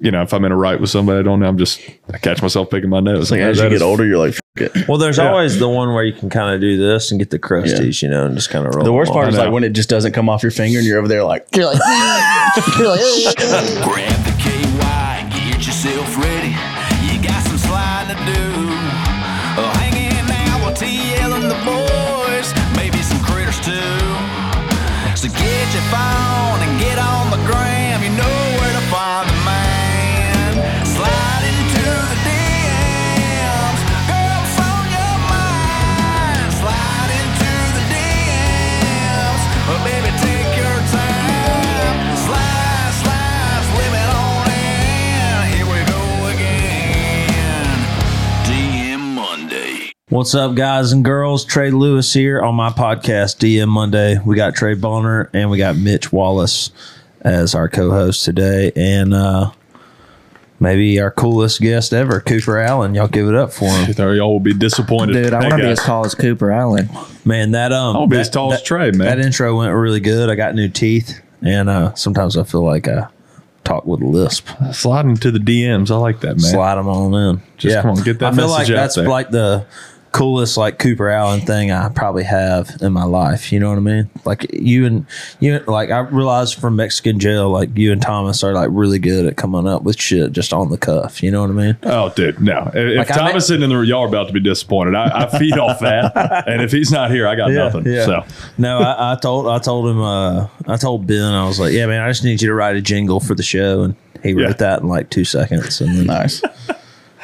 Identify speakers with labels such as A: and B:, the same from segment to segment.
A: you know, if I'm in a right with somebody I don't know, I'm just I catch myself picking my nose.
B: Like
A: That-
B: as you
A: that
B: get
A: is-
B: older, you're like, Fuck it.
C: Well, there's
A: Yeah.
C: always the one where you can kind of do this and get the crusties, you know, and just kind of roll.
B: The worst
C: them off.
B: part is
A: know.
B: like when it just doesn't come off your finger and you're over there like,
D: You're like, you're like,
E: Grab the KY and get yourself ready. You got some sliding to do. Oh, hanging out with TL and the boys, maybe some critters too. So get your phone and get on the gram. You know where to find the man. Slide into the DMs. Girls on your mind. Slide into the DMs. But baby, take your time. Slide, slide, slip it on in. Here we go again. DM Monday.
C: What's up, guys and girls? Trey Lewis here on my podcast, DM Monday. We got Trey Bonner and we got Mitch Wallace as our co host today. And uh, maybe our coolest guest ever, Cooper Allen. Y'all give it up for him.
A: Or y'all will be disappointed.
D: dude, I
A: Hey,
D: want to be
A: guys,
D: as tall as Cooper Allen.
C: Man, that um
A: I want to be
C: that-
A: as tall as
C: that-
A: Trey, man.
C: That intro went really good. I got new teeth, and uh, sometimes I feel like I talk with a lisp.
A: Sliding to the DMs, I like that, man.
C: Slide them on in.
A: Just come on, get that
C: I feel like
A: message out
C: that's
A: there.
C: like the coolest like Cooper Allen thing I probably have in my life. You know what I mean? Like you and you like I realized from Mexican jail, like you and Thomas are like really good at coming up with shit just on the cuff. You know what I mean?
A: Oh, dude, no. If- If
C: Like, I
A: Thomas
C: met-
A: sitting in the y'all are about to be disappointed. I, I feed off that, and if he's not here, I got nothing. So
C: no, I, I told I told him uh, I told Ben I was like, yeah, man, I just need you to write a jingle for the show, and he wrote
A: Yeah.
C: that in like two seconds, and then
B: nice.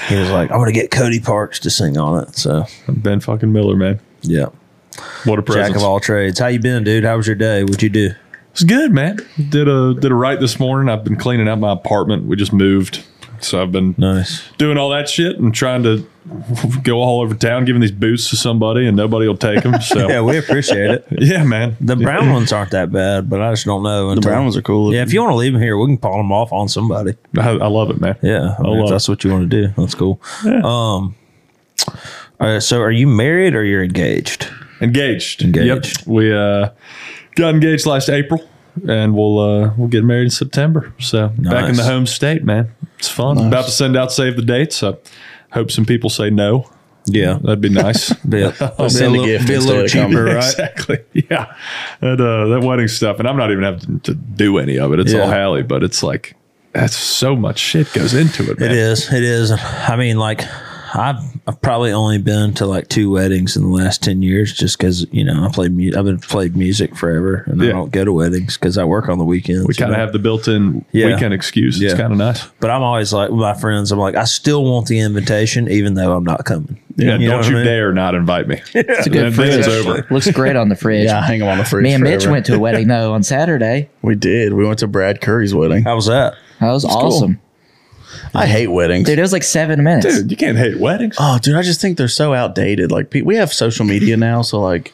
C: he was like, I want to get Cody Parks to sing on it. So
A: Ben fucking Miller, man,
C: yeah,
A: what a presence.
C: jack of all trades. How you been, dude? How was your day? What'd you do?
A: It's good, man. Did a did a right this morning. I've been cleaning out my apartment. We just moved, so I've been
C: Nice.
A: doing all that shit and trying to go all over town, giving these boots to somebody, and nobody will take them. So
C: Yeah,
A: yeah,
C: we appreciate it.
A: man.
C: The brown ones aren't that bad, but I just don't know.
B: The
C: until-
B: brown ones are cool.
C: Yeah, if you want to leave them here, we can pawn them off on somebody.
A: I, I love it, man.
C: Yeah, I
A: I
C: mean, if
A: love
C: that's what you want to do. That's cool. Um, all right, so are you married or you're engaged?
A: Engaged.
C: Engaged.
A: Yep. We uh, got engaged last April, and we'll uh, we'll get married in September. So back in
C: Nice.
A: the home state, man. It's fun. About to send out save the dates. So hope some people say no.
C: Yeah,
A: That'd be nice.
C: be a,
B: send a
C: little,
B: gift
C: be a
B: instead
C: little
B: of coming.
C: cheaper, right?
A: Exactly. Yeah. That uh, that wedding stuff, and I'm not even having to do any of it. It's
C: Yeah.
A: all Hallie, but it's like that's so much shit goes into it. Man.
C: It is. It is. I mean, like, I've, I've probably only been to like two weddings in the last ten years, just because you know I played. Mu- I've been played music forever, and I
A: Yeah.
C: don't go to weddings because I work on the weekends.
A: We kind of have the built-in
C: Yeah.
A: weekend excuse. It's
C: Yeah.
A: kind of nice.
C: But I'm always like with my friends. I'm like, I still want the invitation, even though I'm not coming.
A: Yeah,
C: know
A: don't
C: what I
A: you
C: mean?
A: dare not invite me.
D: It's a
A: Then- then
D: good fridge.
A: it's over.
D: Looks great on the fridge.
B: Yeah, I hang them on the fridge.
D: Me and Mitch
B: forever.
D: went to a wedding though on Saturday.
B: We did. We went to Brad Curry's wedding.
C: How was that?
D: That was awesome,
B: I hate weddings.
D: dude. It was like seven minutes.
A: Dude, you can't hate weddings.
B: Oh, dude, I just think they're so outdated. Like, pe- we have social media now, so like,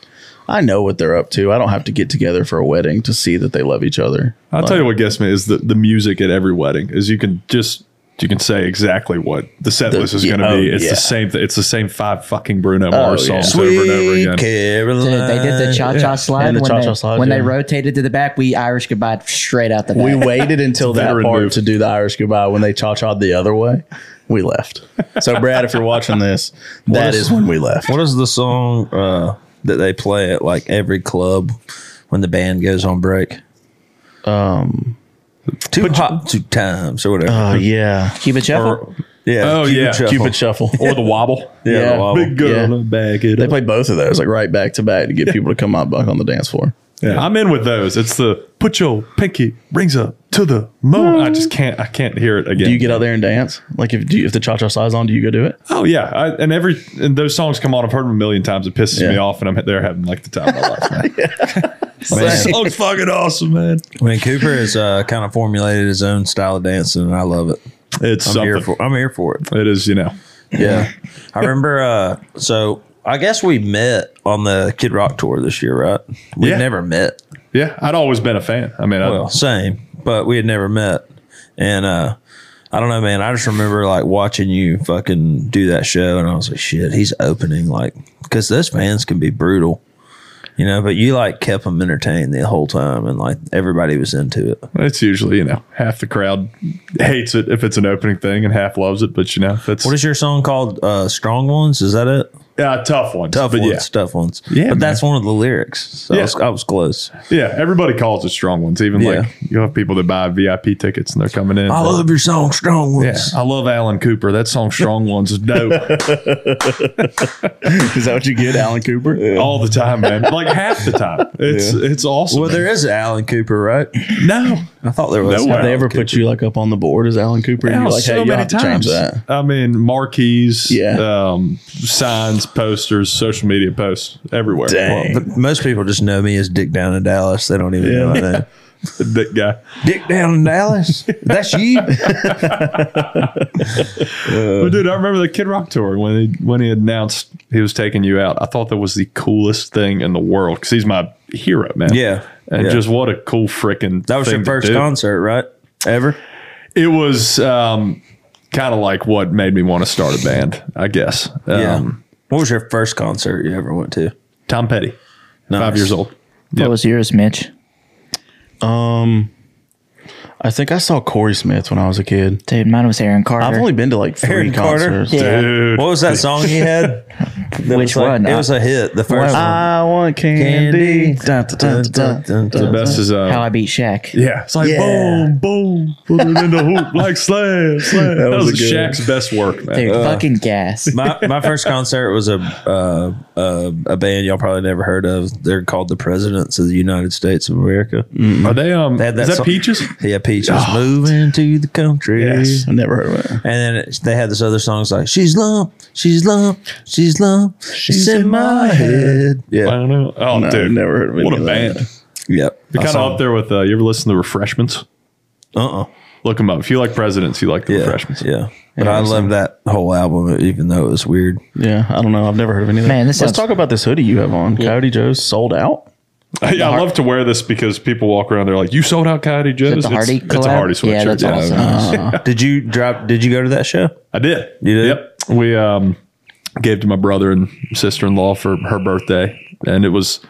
B: I know what they're up to. I don't have to get together for a wedding to see that they love each other.
A: I'll tell you what gets me is the, the music at every wedding is you can just you can say exactly what the set list is
B: yeah,
A: going to be.
B: oh,
A: It's
B: yeah. Oh,
A: the same. Th- it's the same five fucking Bruno
B: yeah.
A: Mars songs over and over again.
C: Caroline.
D: Dude, they did the cha cha slide
B: And the
D: when,
B: cha-cha
D: they,
B: slide,
D: when
B: yeah.
D: they rotated to the back. We Irish goodbye straight out the back.
B: We waited until that
A: Veteran
B: part
A: move.
B: to do the Irish goodbye. When they cha cha'd the other way, we left. So, Brad, if you're watching this, that
C: is-
B: is when we left.
C: What is the song uh, that they play at like every club when the band goes on break? Um,
B: Um,
C: two hot, two times or whatever.
B: Oh, yeah.
D: Cuba Shuffle.
C: yeah.
A: oh, yeah.
B: Cupid Shuffle.
A: or the wobble.
B: Yeah.
C: the wobble.
A: Big girl
B: Yeah.
A: back it
B: They
A: up.
B: play both of those, like right back to back, to get people to come out back on the dance floor.
A: Yeah, I'm in with those. It's the put your pinky rings up to the moon. I just can't. I can't hear it again.
B: Do you get out there and dance? Like, if do you, if the cha cha slides on, do you go do it?
A: Oh yeah, I, and every and those songs come on. I've heard them a million times. It pisses me
B: Yeah.
A: off, and I'm there having like the time of my life. Man.
C: Man.
A: That song's fucking awesome, man.
C: I mean, Cooper has uh, kind of formulated his own style of dancing, and I love it.
A: It's
C: I'm here
A: something.
C: for. I'm here for it.
A: it is, you know.
C: Yeah, I remember. Uh, so I guess we met on the Kid Rock tour this year, right? We
A: Yeah.
C: never met.
A: Yeah, I'd always been a fan. I mean,
C: Well, same, but we had never met, and uh, I don't know, man. I just remember like watching you fucking do that show, and I was like, shit, he's opening like because those fans can be brutal. you know. But you like kept them entertained the whole time, and like everybody was into it.
A: It's usually, you know, half the crowd hates it if it's an opening thing and half loves it. But, you know, that's
C: What is your song called? Uh, Strong ones? Is that it?
A: uh, tough one.
C: Tough
A: but
C: ones,
A: yeah.
C: tough ones.
A: Yeah,
C: but that's one of the lyrics. So I,
A: Yeah.
C: was, I was close.
A: Yeah. Everybody calls it strong ones. Even
C: Yeah.
A: like you have people that buy VIP tickets and they're coming in.
C: your song, Strong ones.
A: yeah. I love Alan Cooper. That song, Strong Ones, is dope
B: Is that what you get, Alan Cooper?
A: all the time, man. Like half the time. It's it's awesome.
C: Well, there is an Alan Cooper, right?
A: no.
C: I thought there was.
A: No
B: Have
A: way.
B: they ever put you like up on the board as Alan Cooper? And
A: Yeah,
B: you're like, hey, you have to change that.
A: I mean, marquees,
B: Yeah.
A: um, signs, posters, social media posts everywhere.
B: Dang.
C: But most people just know me as Dick Down in Dallas. They don't even know my name.
A: Well, that guy.
C: Dick Down in Dallas. That's you.
A: But dude, I remember the Kid Rock tour when he when he announced he was taking you out. I thought that was the coolest thing in the world because he's my hero, man.
C: Yeah.
A: and
C: Yeah.
A: just what a cool freaking
C: That was your first concert, right? Ever?
A: It was um, kind of like what made me want to start a band, I guess. Um,
C: What was your first concert you ever went to?
A: Tom Petty,
C: Nice.
A: five years old.
D: What was yours, Mitch?
B: I think I saw Corey Smith when I was a kid.
D: Dude, mine was Aaron Carter.
B: I've only been to like three
C: Aaron Carter?
B: concerts.
D: Yeah.
A: Dude,
C: What was that song he had? That was
D: Which
C: like-
D: one?
C: It was a hit. The first one.
B: I want candy.
C: Candy.
B: Dun, dun, dun, dun, dun.
C: Dun, dun,
A: the
C: dun.
A: best is uh,
D: How I beat Shaq.
A: Yeah, it's like
B: Yeah.
A: boom, boom, put it in the hoop like slam, slam. That,
B: was
A: was,
B: a good
A: Shaq's best work, man.
B: uh,
D: Dude, fucking gas.
C: my, my first concert was a uh, uh, a band y'all probably never heard of. They're called the Presidents of the United States of America.
A: Are they um?
C: had that
A: is that
C: song-
A: peaches?
C: Yeah, Peach was moving to the country.
A: Yes.
B: I never heard of it.
C: And then it, they had this other song. It's like she's lump, she's lump, she's lump, she's, in my head.
A: I
C: Yeah,
A: don't know. Oh,
B: No,
A: dude,
B: never heard of
A: What
B: any
A: a
B: of that.
A: band!
C: yep.
A: They're kind of up there with. Uh, you ever listen to Refreshments?
C: Uh uh
A: Look them up. If you like Presidents, you like the
C: Yeah,
A: Refreshments.
C: yeah. But I loved that whole album, even though it was weird.
B: Yeah, I don't know. I've never heard of any of that.
D: Man, this
B: Let's
D: sounds-
B: talk about this hoodie you have on. Coyote Joe's sold out.
A: I, I love to wear this because people walk around. They're like, "You sold out Coyote Joe's."
D: the Hardy
A: it's, it's a
D: collab?
A: Hardy sweatshirt. Uh-huh.
D: Yeah, that's awesome.
C: Did you drop? Did you go to that show?
A: I did.
C: You did?
A: Yep. We um gave to my brother and sister in law for her birthday, and it was.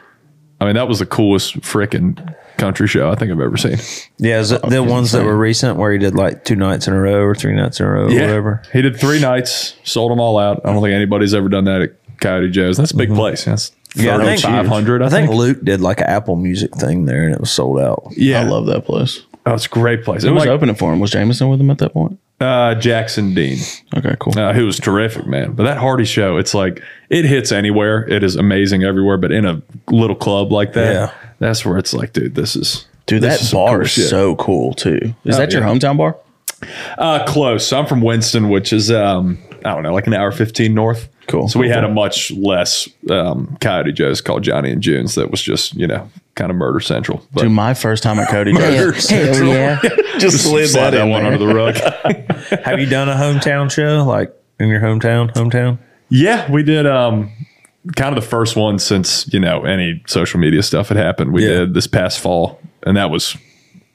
A: I mean, that was the coolest freaking country show I think I've ever seen.
C: Yeah, is it the ones that were recent where he did like two nights in a row or three nights in a row or whatever.
A: He did three nights, sold them all out. I don't think anybody's ever done that at Coyote Joe's. That's a
D: Mm-hmm.
A: big place. That's
C: Yeah, I think-
A: 500,
C: I think Luke did like an Apple Music thing there, and it was sold out.
A: Yeah.
B: I love that place.
A: Oh, it's a great place. It
B: Who was
A: was like,
B: opening for him? Was Jameson with him at that point?
A: uh, Jackson Dean,
B: Okay, cool.
A: uh, who was terrific, man. But that Hardy show, it's like it hits anywhere. It is amazing everywhere. But in a little club like that,
C: Yeah.
A: that's where it's like, dude, this is
B: Dude,
A: this
B: that
A: is some
B: bar
A: cool
B: is
A: shit.
B: so cool too. Is
A: Oh,
B: that your
A: yeah.
B: hometown bar?
A: Uh, close. I'm from Winston, which is um, I don't know, like an hour fifteen north.
B: Cool.
A: So we
B: Cool,
A: had a
B: cool.
A: much less um, Coyote Joe's called Johnny and June's that was just you know kind of murder central. But
B: Dude, my first time at Coyote
D: Yeah.
B: Joe's.
D: Hell yeah.
B: just slid
A: slide that
B: in
A: one
B: there.
A: under the rug.
C: Have you done a hometown show like in your hometown? Hometown?
A: yeah, we did um, kind of the first one since you know any social media stuff had happened. We
C: Yeah.
A: did this past fall, and that was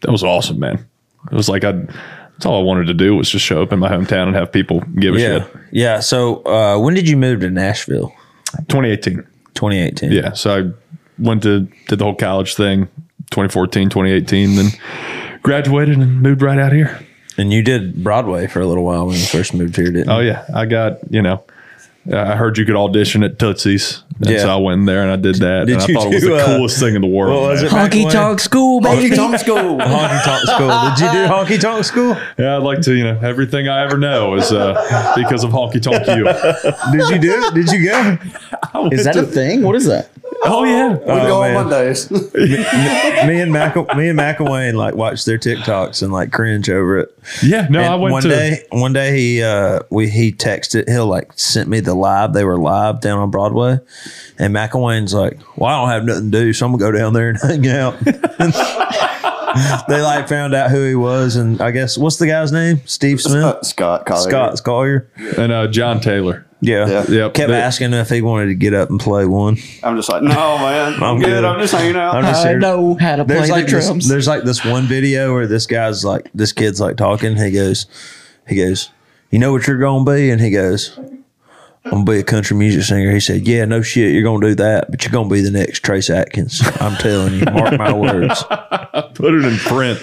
A: that was awesome, man. It was like I. That's all I wanted to do was just show up in my hometown and have people give a
C: Yeah,
A: shit.
C: yeah. So uh, when did you move to Nashville?
A: 2018.
C: 2018.
A: yeah so i went to did the whole college thing 2014 2018 then graduated and moved right out here
C: And you did Broadway for a little while when you first moved here, didn't you?
A: oh yeah i got you know i heard you could audition at tootsie's and
C: Yeah.
A: so i went in there and i did that
C: Did
A: and i
C: you
A: thought it was
C: do,
A: the
C: uh,
A: coolest thing in the world
C: what was
A: man.
C: it? Back
D: Honky
C: when-
D: tonk school, baby.
C: school. honky tonk school. Did you do honky tonk school?
A: yeah i'd like to you know everything i ever know is uh, because of honky tonk you
C: Did you do it? Did you go?
B: Is that a thing? What is that?
A: oh yeah
C: Oh,
F: go
C: man.
F: on Mondays.
C: me and Mac, me and McElwain like watched their TikToks and like cringe over it.
A: yeah no
C: And
A: i went
C: one
A: to
C: day, one day he uh we he texted he'll like sent me the live they were live down on Broadway, and McElwain's like, well I don't have nothing to do, so I'm gonna go down there and hang out. they like found out who he was, and I guess what's the guy's name? Steve Smith,
F: Uh, Scott Collier.
C: Scott Collier.
A: and uh, john taylor
C: Yeah,
F: Yeah.
A: yep
C: Kept
A: They-
C: asking if he wanted to get up and play one.
F: I'm just like, no, man. I'm, good.
C: good.
F: I'm just hanging out.
C: I'm just
D: I
C: here.
D: know how to play
C: there's like
D: the
C: this,
D: drums.
C: there's like this one video where this guy's like this kid's like talking. He goes, he goes, you know what you're gonna be, and he goes, I'm gonna be a country music singer. He said, Yeah, no shit, you're gonna do that, but you're gonna be the next Trace Atkins. I'm telling you, mark my words.
A: Put it in print.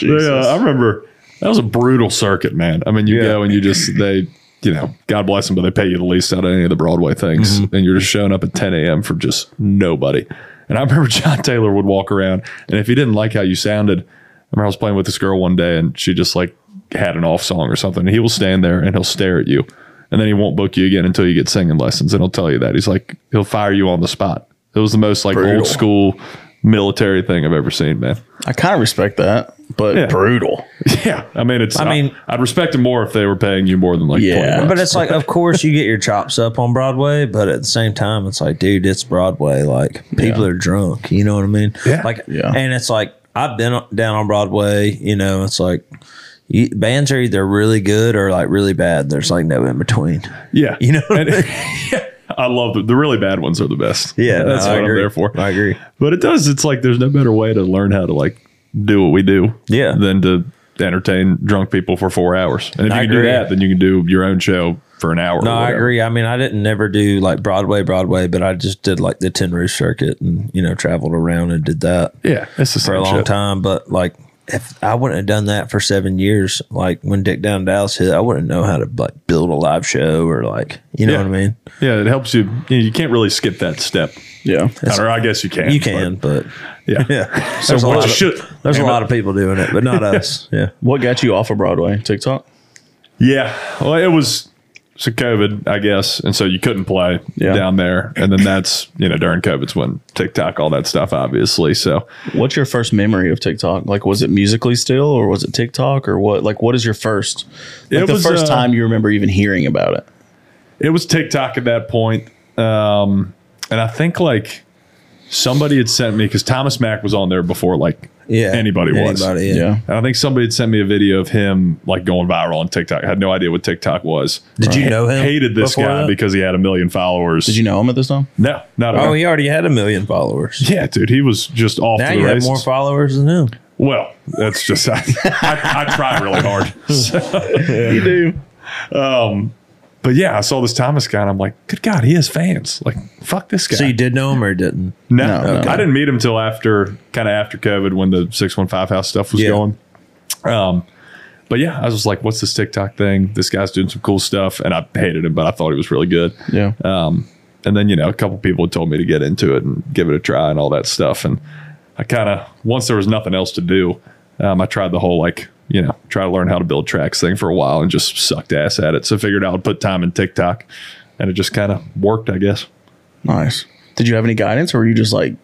A: They, uh, I remember that was a brutal circuit, man. I mean, you go and you just they, you know, God bless them, but they pay you the least out of any of the Broadway things, and you're just showing up at 10 a.m. for just nobody. And I remember John Taylor would walk around, and if he didn't like how you sounded, I remember I was playing with this girl one day, and she just like had an off song or something. And he will stand there and he'll stare at you, and then he won't book you again until you get singing lessons. And he'll tell you that he's like he'll fire you on the spot. It was the most like
B: Brutal.
A: old school military thing I've ever seen, man.
B: I kind of respect that, but
A: Yeah.
B: brutal.
A: Yeah, I mean, it's. I
C: mean-
A: mean, I'd respect them more if they were paying you more than like.
B: Yeah.
A: 20 bucks.
C: But it's like, of course, you get your chops up on Broadway, but at the same time, it's like, dude, it's Broadway. Like, people are drunk. You know what I mean? Yeah. Like,
B: Yeah.
C: and it's like, I've been down on Broadway. You know, it's like, you, bands are either really good or like really bad. There's like no in between.
A: yeah,
C: You know what I
A: And-
C: mean?
A: I love the, the really bad ones are the best. that's
C: no, I
A: what I'm
C: agree.
A: there for.
C: I agree.
A: But it does. It's like there's no better way to learn how to like do what we do.
C: Yeah.
A: Than to entertain drunk people for four hours, and if
C: I
A: you can do
C: agree.
A: that, then you can do your own show for an hour.
C: No,
A: or
C: I
A: whatever.
C: agree. I mean, I didn't never do like Broadway, Broadway, but I just did like the Tin Roof circuit and, you know, traveled around and did that.
A: Yeah, it's the
C: for a
A: same
C: long
A: shit.
C: time. But like, if I wouldn't have done that for seven years, like when Dick Down Dallas hit, I wouldn't know how to like build a live show or like, you know
A: Yeah.
C: what I mean?
A: Yeah, it helps you. You, know, you can't really skip that step.
B: Yeah.
A: Or I guess you can.
C: You can, but
A: but- yeah.
C: yeah,
A: So
C: there's, a
A: what
C: lot,
A: you
C: of,
A: should-
C: there's a
A: Damn
C: lot
A: it.
C: of people doing it, but not us. Yeah.
B: What got you off of Broadway? TikTok?
A: Yeah. Well, it was so COVID, I guess, and so you couldn't play
B: Yeah.
A: down there. And then that's you know during COVID's when TikTok, all that stuff, obviously. So
B: What's your first memory of TikTok? Like, was it musically still, or was it TikTok, or what? Like, what is your first? Like
A: It
B: the
A: was,
B: first
A: uh,
B: time you remember even hearing about it.
A: it was TikTok at that point. Um, and I think like somebody had sent me because Thomas Mack was on there before like
C: Yeah.
A: anybody was.
C: Anybody, yeah.
B: Yeah.
A: And I think somebody had sent me a video of him like going viral on TikTok. I had no idea what TikTok was.
C: Did you know him?
A: Hated this
C: before
A: guy
C: that?
A: because he had a million followers.
B: Did you know him at this time?
A: No, not at
C: Oh,
A: all.
C: he already had a million followers.
A: Yeah, dude, he was just off
C: Now
A: to the
C: you have
A: races.
C: more followers than him.
A: Well, that's just I, I, I try really hard.
B: You do.
A: But yeah, I saw this Thomas guy and I'm like, good God, he has fans. Like, fuck this guy.
C: So you did know him or didn't?
A: no,
B: No, okay.
A: I didn't meet him till after kind of after COVID when the 615 house stuff was
C: Yeah.
A: going. Um, but yeah, I was just like, what's this TikTok thing? This guy's doing some cool stuff. And I hated him, but I thought he was really good.
B: Yeah.
A: And then, you know, a couple people had told me to get into it and give it a try and all that stuff. And I kind of, once there was nothing else to do, um, I tried the whole like, you know, try to learn how to build tracks thing for a while and just sucked ass at it. So I figured I would put time in TikTok and it just kind of worked, I guess.
B: nice. Did you have any guidance, or were you just like,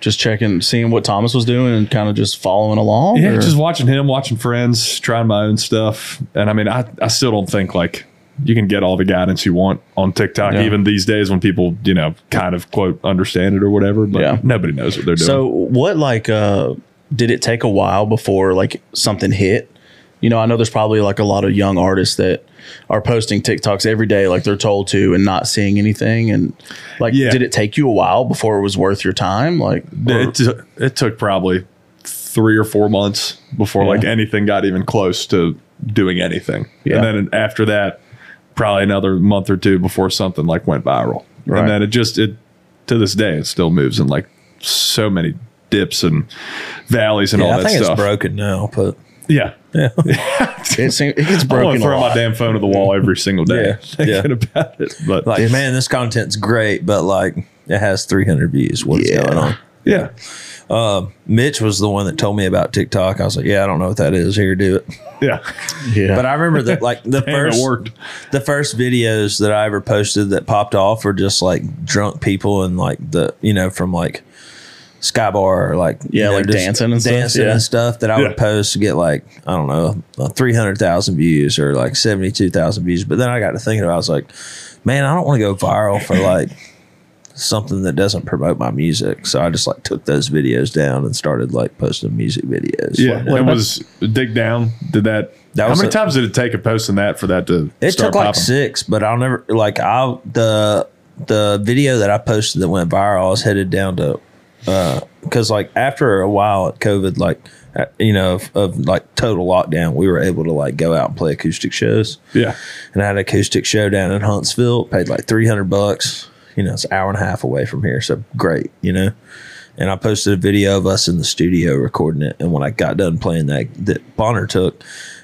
B: just checking, seeing what Thomas was doing, and kind of just following along?
A: Yeah,
B: or-
A: just watching him, watching friends, trying my own stuff. And I mean, I, I still don't think like you can get all the guidance you want on TikTok,
B: Yeah.
A: even these days when people, you know, kind of quote understand it or whatever, but
B: Yeah.
A: nobody knows what they're doing.
B: So what like uh did it take a while before like something hit? You know, I know there's probably like a lot of young artists that are posting TikToks every day like they're told to and not seeing anything and like
A: Yeah.
B: did it take you a while before it was worth your time? Like or-
A: it, t- it took probably three or four months before
B: Yeah.
A: like anything got even close to doing anything
B: Yeah.
A: and then after that probably another month or two before something like went viral
B: Right.
A: and then it just it to this day it still moves in like so many dips and valleys and all
C: Yeah, I
A: that
C: think
A: stuff
C: it's broken now, but
A: yeah
C: yeah.
B: it seems it gets
A: I want
B: broken
A: to
B: a
A: throw my
B: lot.
A: damn phone to the wall every single day
C: Yeah. Yeah.
A: thinking about it but
C: like, man, this content's great, but like it has 300 views. What's
B: Yeah.
C: going on?
A: yeah
C: Mitch was the one that told me about TikTok. I was like, yeah, I don't know what that is. Here, do it.
A: yeah
B: Yeah.
C: But I remember that like the
A: and
C: first
A: it worked
C: the first videos that I ever posted that popped off were just like drunk people and like the you know from like Skybar or like you
B: Yeah,
C: know,
B: like
C: just
B: dancing and stuff,
C: dancing
B: yeah.
C: and stuff that I
A: Yeah.
C: would post to get like I don't know three hundred thousand views or like seventy two thousand views. But then I got to thinking, I was like, man, I don't want to go viral for like something that doesn't promote my music. So I just like took those videos down and started like posting music videos.
A: Yeah,
C: Like,
A: it was dig down. Did that?
C: That
A: how
C: was
A: many
C: a-
A: times did it take a post in that for that to?
C: It
A: start
C: took like
A: popping?
C: six, but I'll never like I the the video that I posted that went viral. I was headed down to because like after a while at COVID, like uh, you know of, of like total lockdown, we were able to like go out and play acoustic shows.
A: Yeah.
C: And I had an acoustic show down in Huntsville, paid like three hundred bucks. You know, it's an hour and a half away from here, so great. You know, and I posted a video of us in the studio recording it. And when I got done playing that, that Bonner took.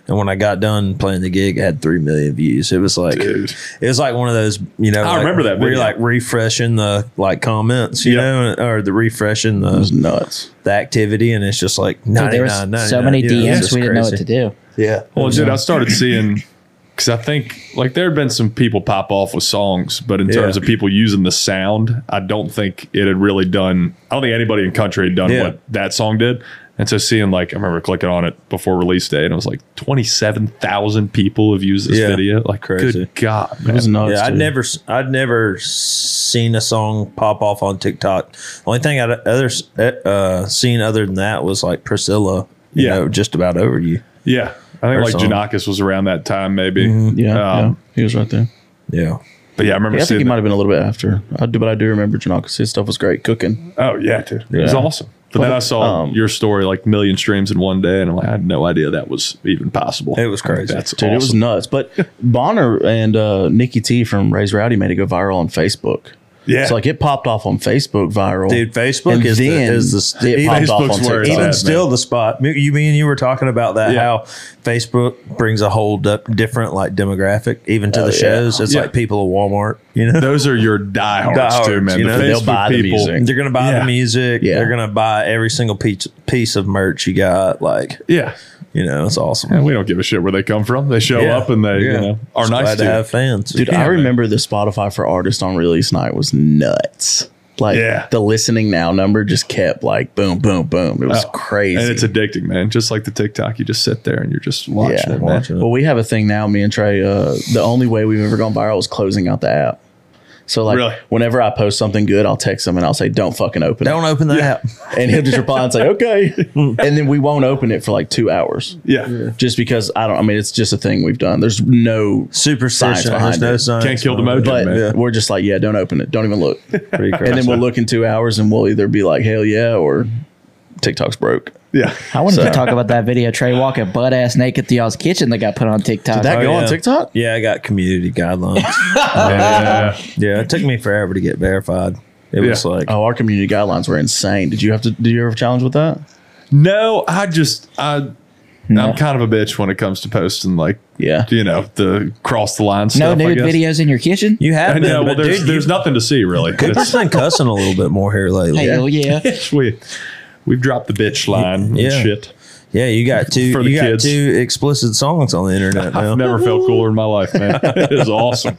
C: And when I got done playing the gig, it had three million views. It was like
A: Dude.
C: it was like one of those, you know.
A: I
C: like,
A: remember that
C: where you're
A: video.
C: like refreshing the like comments, you
A: Yep.
C: know, or the refreshing the
B: It was nuts.
C: the activity and it's just like
D: Mm-hmm. Dude, there
C: 99,
D: was so many DMs we didn't know what to do.
C: Yeah.
A: Well, dude, I started seeing because I think like there had been some people pop off with songs, but in terms
C: Yeah.
A: of people using the sound, I don't think it had really done. I don't think anybody in country had done
C: Yeah.
A: what that song did. And so seeing like I remember clicking on it before release day, and it was like twenty seven thousand people have used this
C: Yeah.
A: video. Like
C: Crazy.
A: good God,
B: It
A: man.
B: was nuts.
C: yeah, I'd
B: dude.
C: never, s- I'd never seen a song pop off on TikTok. Only thing I'd other s- uh, seen other than that was like Priscilla. You
A: Yeah.
C: know, just about over you.
A: yeah. I
C: Her
A: think like
C: song.
A: Janakis was around that time, maybe.
B: Mm-hmm. Yeah,
A: Um,
B: yeah, he was right there.
C: Yeah.
A: But yeah, I remember
B: Yeah, I think
A: seeing.
B: he
A: That.
B: might have been a little bit after. I do, but I do remember Janakis. His stuff was great. Cooking.
A: Oh yeah, dude, it was
B: Yeah.
A: awesome. But then I saw
B: Um,
A: your story like million streams in one day, and I'm like, I had no idea that was even possible.
C: It was crazy.
A: That's
B: Dude, it was
A: awesome.
B: nuts. But Bonner and uh, Nikki T from Raise Rowdy made it go viral on Facebook.
A: Yeah.
B: So like it popped off on Facebook viral.
C: Dude, Facebook
B: And
C: is the-
B: then
C: is the-
B: it popped off
A: Facebook's
B: on
A: where
B: TikTok.
A: it's at.
C: even
A: man.
C: still the spot Me- you mean you were talking about that
A: Yeah.
C: how facebook brings a whole d- different like demographic even
B: Oh,
C: to the shows it's
A: Yeah.
C: like people at walmart you know
A: Those are your diehards,
C: Diehards,
A: too, man.
C: you know,
A: the
B: they'll
A: Facebook
B: buy the
A: people.
B: music.
C: they're gonna buy
A: Yeah.
C: the music
B: Yeah.
C: they're gonna buy every single piece, piece of merch you got like
A: Yeah.
C: you know it's awesome
A: And we don't give a shit where they come from. They show
C: Yeah.
A: up and they
C: Yeah.
A: you know, are
C: Just
A: nice
C: glad
A: to
C: to
A: you.
C: have fans
B: Dude, I
A: man.
B: remember the Spotify for Artists on release night was nuts. Like
A: Yeah.
B: the listening now number just kept like boom, boom, boom. It was
A: Oh.
B: crazy.
A: And it's addicting, man. Just like the TikTok, you just sit there and you're just watching
B: Yeah.
A: it, man.
C: Watching it.
B: Well, we have a thing now, me and Trey. Uh, the only way we've ever gone viral is closing out the app. So like,
A: Really?
B: whenever I post something good, I'll text him and I'll say, "Don't fucking open
C: don't
B: it,"
C: open that app
B: and he'll just reply and say, "Okay," and then we won't open it for like two hours,
A: Yeah.
B: just because I don't. I mean, it's just a thing we've done. There's no, Science
C: superstition there's
B: behind
C: no
B: it.
C: science
A: Can't kill the
C: behind it.
A: mojo,
B: but
A: man.
B: we're just like, yeah, don't open it, don't even look, and
C: Pretty
B: then
C: crazy.
B: we'll look in two hours and we'll either be like, "Hell yeah," or TikTok's broke.
A: Yeah.
D: I wanted to talk about that video, Trey walking butt ass naked to y'all's kitchen that got put on TikTok.
B: Did that
C: Oh,
B: go
C: yeah.
B: on TikTok?
C: yeah i got community guidelines
A: yeah.
C: yeah it took me forever to get verified it was
A: Yeah.
C: like
B: Oh, our community guidelines were insane. Did you have to? Did you ever challenge with that?
A: No, I just I I'm kind of a bitch when it comes to posting like
B: Yeah.
A: you know, the cross the line
D: no
A: stuff. I
D: nude
A: guess.
D: videos in your kitchen?
C: you have
A: I
C: been,
A: know, well
C: but
A: there's
C: dude,
A: there's
C: you-
A: nothing to see really.
C: Cooper's
A: It's-
C: been cussing a little bit more here lately.
D: Hell yeah.
A: we we've dropped the bitch line
C: Yeah.
A: and shit.
C: Yeah, you got two.
A: For the
C: you got
A: kids.
C: two explicit songs on the internet now.
A: I've never felt cooler in my life, man. it is awesome.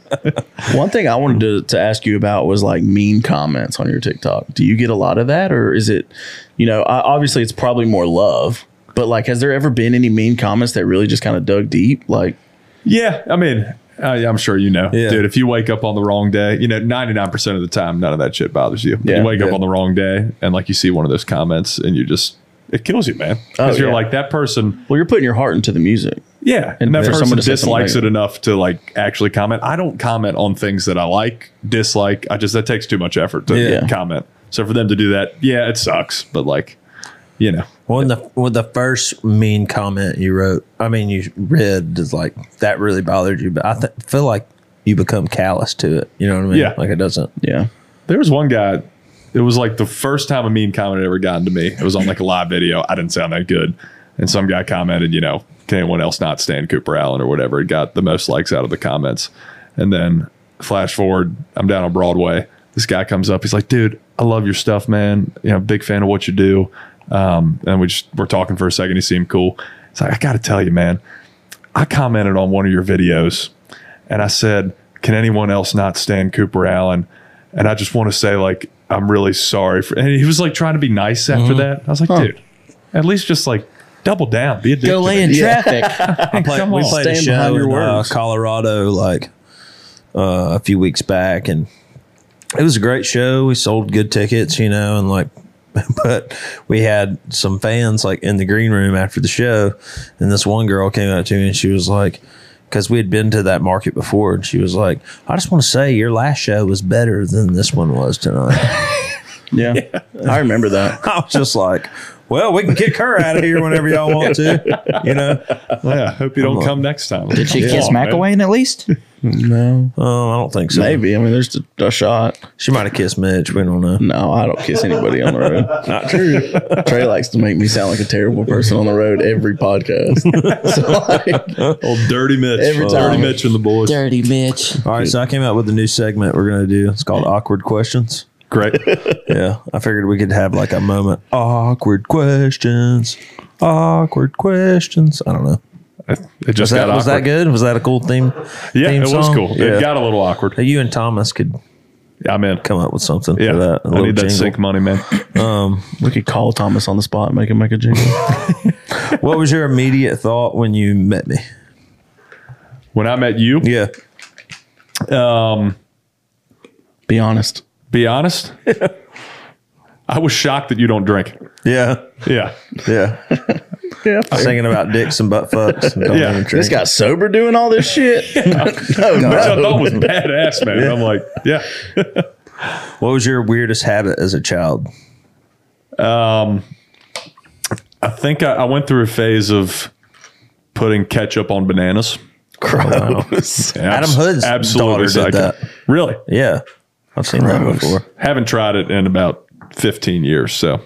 B: One thing I wanted to, to ask you about was like mean comments on your TikTok. Do you get a lot of that, or is it, you know, I, obviously it's probably more love, but like, has there ever been any mean comments that really just kind of dug deep? Like,
A: Yeah, I mean, uh, I'm sure you know,
C: Yeah.
A: dude. If you wake up on the wrong day, you know, 99 percent of the time, none of that shit bothers you. But
B: Yeah,
A: you wake up
B: yeah.
A: on the wrong day, and like you see one of those comments, and you just it kills you, man. Because
B: Oh,
A: you're
B: yeah.
A: like that person.
B: well, you're putting your heart into the music.
A: Yeah, and, that
B: for
A: person
B: someone to say something
A: dislikes
B: like-
A: it enough to like actually comment. I don't comment on things that I like, dislike. I just that takes too much effort to
B: Yeah.
A: comment. So for them to do that, yeah, it sucks. But like, you know,
C: When the when the first mean comment you wrote, I mean you read, is like that really bothered you. But I th- feel like you become callous to it. You know what I mean?
A: Yeah.
C: Like it doesn't.
B: Yeah.
A: There was one guy. It was like the first time a mean comment had ever gotten to me. It was on like a live video. I didn't sound that good, and some guy commented, you know, can anyone else not stand Cooper Allen or whatever? It got the most likes out of the comments, and then flash forward, I'm down on Broadway. This guy comes up. He's like, dude, I love your stuff, man. You know, big fan of what you do. Um, and we just we're talking for a second. He seemed cool. He's like, I got to tell you, man. I commented on one of your videos and I said, Can anyone else not stand Cooper Allen? And I just want to say, like, I'm really sorry for and he was like trying to be nice
C: Mm-hmm.
A: after that. I was like, dude, at least just like double down. Be a dick.
D: Go
A: to
D: lay
A: me."
D: in traffic.
A: Like,
C: Play-
A: come
C: we
A: on.
C: played a
B: Stand
C: show
B: behind your
C: in uh,
B: words.
C: Colorado like uh, a few weeks back, and it was a great show. We sold good tickets, you know, and like, but we had some fans like in the green room after the show, and this one girl came up to me and she was like. Because we had been to that market before, and she was like, "I just want to say your last show was better than this one was tonight."
B: Yeah. I remember that.
C: I was just like, well, we can kick her out of here whenever y'all want to. You know,
A: Yeah, hope you don't come next time.
D: Did she kiss McElwain at least?
B: No.
C: oh, I don't think so.
B: Maybe. I mean, there's a, a shot.
C: She might have kissed Mitch. We don't know.
B: No, I don't kiss anybody on the road. Not true. Trey likes to make me sound like a terrible person on the road every podcast. so like,
A: Old Dirty Mitch. Dirty
B: Every time.
A: Mitch and the boys.
D: Dirty Mitch.
C: All right, so I came up with a new segment we're gonna do. It's called Awkward Questions.
A: Great.
C: Yeah, I figured we could have like a moment. Awkward questions. Awkward questions. I don't know.
A: It
C: Was
A: just
C: that
A: got
C: was that
A: awkward.
C: good? Was that a cool theme?
A: Yeah,
C: theme
A: it was
C: song?
A: cool.
C: Yeah.
A: It got a little awkward.
C: You and Thomas could
A: I'm in.
C: come up with something
A: Yeah,
C: for that. A
A: I
C: little
A: need that
C: jingle.
A: sick money, man.
B: we could call Thomas on the spot and make him make a jingle.
C: What was your immediate thought when you met me?
A: When I met you,
C: Yeah.
B: Be honest.
A: be honest, I was shocked that you don't drink.
C: Yeah.
A: Yeah.
C: Yeah. yeah. Singing about dicks and butt fucks. And don't
A: Yeah.
C: even drink.
B: This got sober doing all this shit. no,
A: Which
B: no.
A: I thought was badass, man. I'm like, yeah.
C: What was your weirdest habit as a child?
A: I think I, I went through a phase of putting ketchup on bananas.
B: Gross.
C: Adam Hood's
A: absolutely
C: daughter did
A: psycho.
C: that.
A: Really?
C: Yeah. I've seen that
B: Gross.
C: before.
A: Haven't tried it in about 15 years, so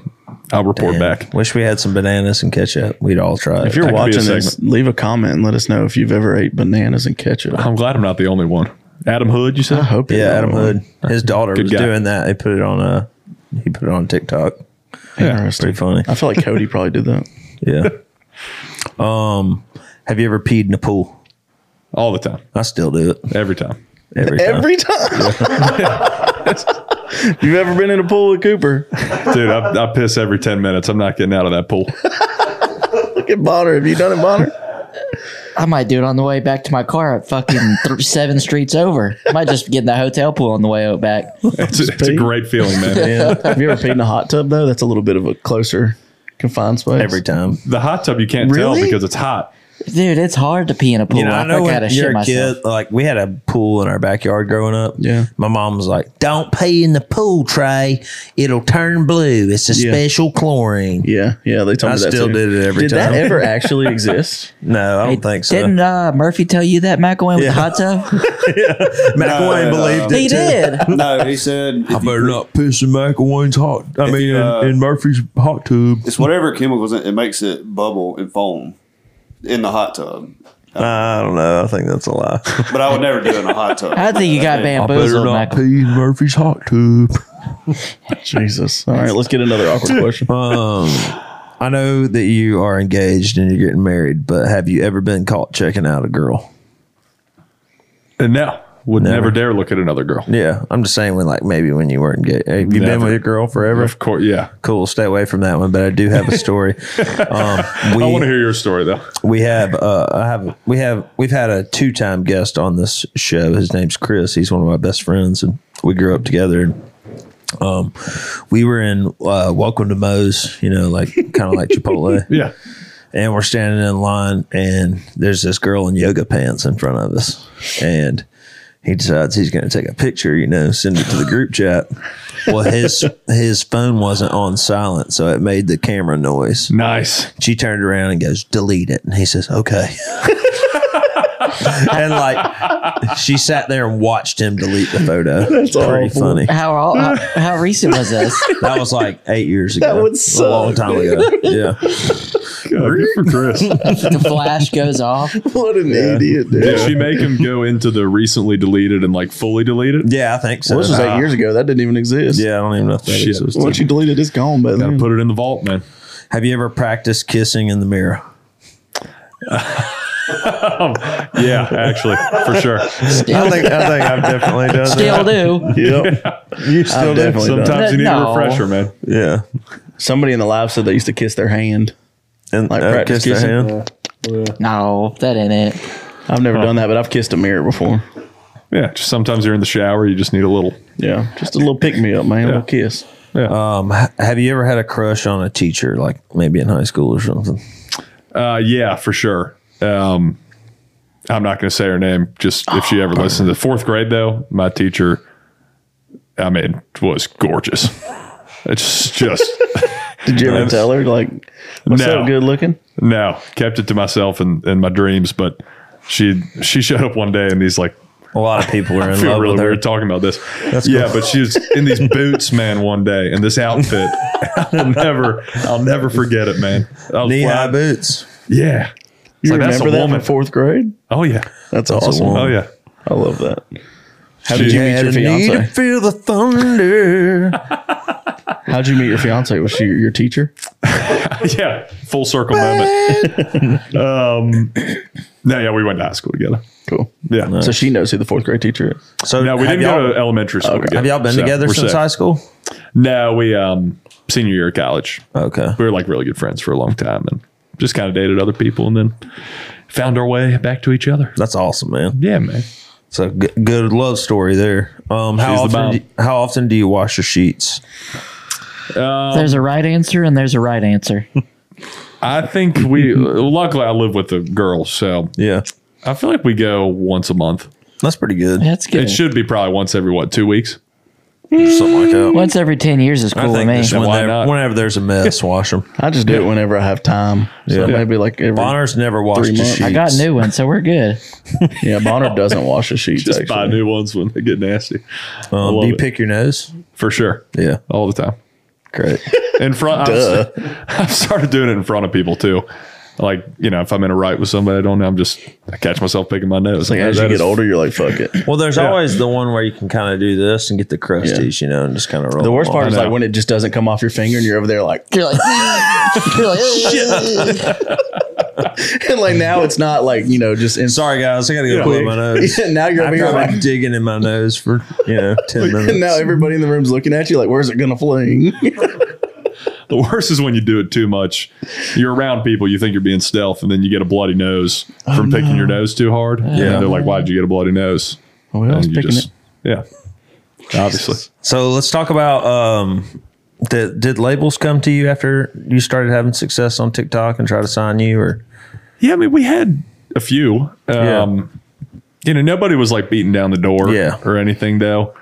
A: I'll report
C: Yeah.
A: back.
C: Wish we had some bananas and ketchup. We'd all try it.
B: If you're
A: That could be a
B: watching this, leave a comment and let us know if you've ever ate bananas and ketchup. I
A: I'm glad I'm not the only one. Adam Hood, you said?
B: hope you're
C: yeah,
B: not
C: Adam
B: one.
C: Hood. His daughter
A: Good
C: was
A: guy.
C: doing that. He put it on uh he put it on TikTok.
B: Interesting.
C: Pretty funny.
B: I feel like Cody probably did that.
C: Yeah. um have you ever peed in a pool?
A: All the time.
C: I still do it
A: Every time.
C: every time.
B: Every time. You've ever been in a pool with Cooper?
A: Dude, I, I piss every 10 minutes. I'm not getting out of that pool.
B: Look at Bonner. Have you done it, Bonner?
D: I might do it on the way back to my car at fucking th- seven streets over. I might just get in the hotel pool on the way out back.
A: It's, a- it's a great feeling, man.
B: Have you ever peed in a hot tub though? That's a little bit of a closer confined space.
C: every time.
A: The hot tub you can't
B: Really?
A: tell because it's hot.
D: Dude, it's hard to pee in a pool.
C: You know, I
D: I,
C: know
D: think I had
C: when
D: to
C: you're
D: shit
C: a
D: myself.
C: kid, like we had a pool in our backyard growing up.
B: Yeah.
C: My mom was like, Don't pee in the pool, Trey. It'll turn blue. It's a
B: Yeah.
C: special chlorine.
B: Yeah, yeah. They told
C: I
B: me that
C: still
B: too.
C: did it every
B: did
C: time.
B: that ever actually exist?
C: No, I don't think so.
D: Didn't uh, Murphy tell you that McElwain
C: Yeah.
D: with the hot tub?
C: McElwain
F: No, no,
C: believed it.
D: he did.
F: No, he said if you-
C: not piss in McElwain's hot. I mean,
F: you, uh,
C: in Murphy's hot tub.
F: it's whatever chemicals in it, it makes it bubble and foam in the hot tub.
C: I don't know. I think that's a lie.
F: But I would never do it in a hot tub.
D: I think you got bamboozled, Michael.
C: pee in Murphy's hot tub.
B: Jesus. All right, let's get another awkward question.
C: Um, I know that you are engaged and you're getting married, but have you ever been caught checking out a girl?
A: And now, would
C: Never.
A: never, dare look at another girl.
C: Yeah, I'm just saying when like maybe when you weren't engaged. Have you been
A: Never.
C: with your girl forever?
A: Of course, yeah.
C: Cool. Stay away from that one. But I do have a story. um, we,
A: I want to hear your story, though.
C: we have uh I have we have we've had a two time guest on this show. His name's Chris. He's one of my best friends and we grew up together and um we were in uh Welcome to Moe's, you know, like kinda like Chipotle.
A: Yeah.
C: And we're standing in line and there's this girl in yoga pants in front of us. And he decides he's gonna take a picture, you know, send it to the group chat. Well his his phone wasn't on silent, so it made the camera noise.
A: Nice.
C: She turned around and goes, delete it. And he says, okay. and like she sat there and watched him delete the photo. That's pretty
B: awful.
C: funny.
D: How, all, how how recent was this?
C: That was like eight years ago.
B: That would
C: a long
B: suck,
C: time ago. Yeah.
A: God, good for Chris.
D: the flash goes off.
B: what an idiot, dude.
A: Did she make him go into the recently deleted and like fully deleted?
C: Yeah, I think so. Uh,
B: Well, this was eight years ago. That didn't even exist.
C: Yeah, I don't even know if that
A: Shit.
C: exists.
B: Once you delete it, it's gone. But
A: Gotta put it in the vault, man.
C: Have you ever practiced kissing in the mirror?
A: Yeah, actually, for sure.
D: Still,
C: think I think I've definitely done
D: still do.
B: yep. you still definitely done it.
A: Sometimes you need
D: No.
A: a refresher, man.
C: Yeah.
B: Somebody in the live said they used to kiss their hand.
C: And
B: Like
C: uh,
B: practice
C: kiss their
B: kissing?
C: hand.
D: No, that ain't it.
B: I've never done that, but I've kissed a mirror before.
A: Yeah, just sometimes you're in the shower, you just need a little.
B: Yeah, just a little pick me up, man. A little
A: Yeah.
B: kiss.
C: Um, ha- have you ever had a crush on a teacher, like maybe in high school or something?
A: Uh, yeah, for sure. Um, I'm not going to say her name. Just if she ever listens. The fourth grade, though, my teacher, I mean, was gorgeous. It's just
B: Did you ever tell her like, "What's
A: No.
B: up? Good looking."
A: no. Kept it to myself and, and my dreams, but she she showed up one day and he's like,
C: A lot of people are
A: I
C: in
A: feel
C: love
A: really
C: with her.
A: weird talking about this. yeah, but she was in these boots, man, one day in this outfit. I'll never, I'll never forget it, man. I was
C: Knee high
A: flying-
C: boots.
A: Yeah. You
B: Remember that in fourth grade?
A: Oh yeah.
B: That's awesome.
A: Oh yeah.
B: I love that. How
A: She-
B: did you meet your
C: And I need to
B: fiance?
C: feel the thunder.
B: How'd you meet your fiance? Was she your, your teacher?
A: yeah, full circle moment. um, no, yeah, we went to high school together.
B: Cool.
A: Yeah,
B: So she knows who the fourth grade teacher is.
C: so
A: no, we
C: have
A: didn't
C: y'all-
A: go to elementary school. together,
C: Have y'all been
A: so
C: together
A: we're
C: since
A: set.
C: high school?
A: No, we um senior year of college.
C: Okay.
A: We were like really good friends for a long time, and just kind of dated other people, and then found our way back to each other.
C: That's awesome, man.
A: Yeah, man.
C: So g- good love story there. Um, how
A: She's the
C: often?
A: bomb.
C: Do, how often do you wash your sheets?
A: Um,
D: there's a right answer and there's a right answer.
A: I think we luckily I live with the girls, so
C: Yeah,
A: I feel like we go once a month.
C: that's pretty good.
D: That's
A: It
D: good.
A: should be probably once every what two weeks.
C: Something like that.
D: Once every ten years is
C: I
D: cool with
C: think
D: me.
C: just when
A: why
C: there-
A: not?
C: whenever there's a mess, wash them.
B: I just do it whenever I have time. So
C: Yeah.
B: maybe like every
C: Bonner's never washed
B: Three
C: his
B: months.
C: sheets.
D: I got a new one, so we're good.
B: yeah. Bonner doesn't wash his sheets.
A: Just buy
B: actually.
A: new ones when they get nasty,
C: Um,
A: love
C: do you
A: it.
C: pick your nose?
A: for sure.
C: Yeah,
A: all the time.
C: great.
A: in front.
B: Duh.
A: I've, I've started doing it in front of people too. Like you know, if I'm in a right with somebody I don't know, I'm just I catch myself picking my nose.
B: Like, as
A: That
B: you
A: is-
B: get older, you're like, fuck it.
C: Well, there's always the one where you can kind of do this and get the crusties, you know, and just kind of roll.
B: The worst
C: them off.
B: part is
A: know.
B: like when it just doesn't come off your finger and you're over there like,
D: You're like, you're like,
B: and like now it's not like, you know, just in
C: Sorry, guys, I got to go blow
B: quick.
C: my nose.
B: Yeah, now you're over
C: I've
B: here
C: been
B: like,
C: digging in my nose for you know ten minutes.
B: and now everybody in the room's looking at you like, where's it gonna fling?
A: The worst is when you do it too much. You're around people, you think you're being stealth, and then you get a bloody nose
B: Oh,
A: from picking your nose too hard. Yeah, they're like, "Why did you get a bloody nose?"
B: well, I
A: And
B: was
A: you
B: picking
A: just-
B: it.
A: Yeah, obviously.
C: So let's talk about um, did, did labels come to you after you started having success on TikTok and try to sign you or
A: Yeah, I mean, we had a few. Um, You know, nobody was like beating down the door
C: Yeah.
A: or anything though.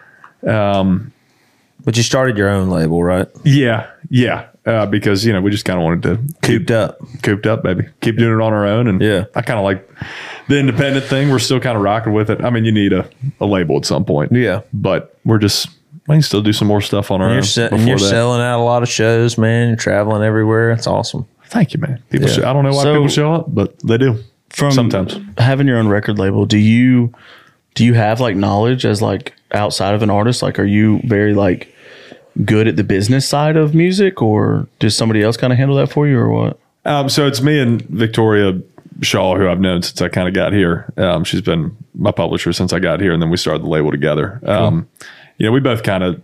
C: but you started your own label, right?
A: Yeah, yeah, uh, because you know we just kind of wanted to
C: Cooped up.
A: cooped up, baby. Keep doing it on our own. And
C: Yeah.
A: I kind of like the independent thing. We're still kind of rocking with it. I mean, you need a, a label at some point.
C: Yeah.
A: But we're just, we can still do some more stuff on our
C: And
A: own.
C: you're, se- and
A: Uh, before
C: you're
A: that.
C: selling out a lot of shows, man. You're traveling everywhere. It's awesome.
A: Thank you, man. People,
C: Yeah.
A: show, I don't know why
B: So-
A: people show up, but they do.
B: From
A: Sometimes.
B: having your own record label, do you do you have like knowledge as like outside of an artist? Like are you very like good at the business side of music or does somebody else kind of handle that for you or what?
A: Um, so it's me and Victoria Shaw, who I've known since I kind of got here. Um, she's been my publisher since I got here, and then we started the label together. Um, You know, we both kind of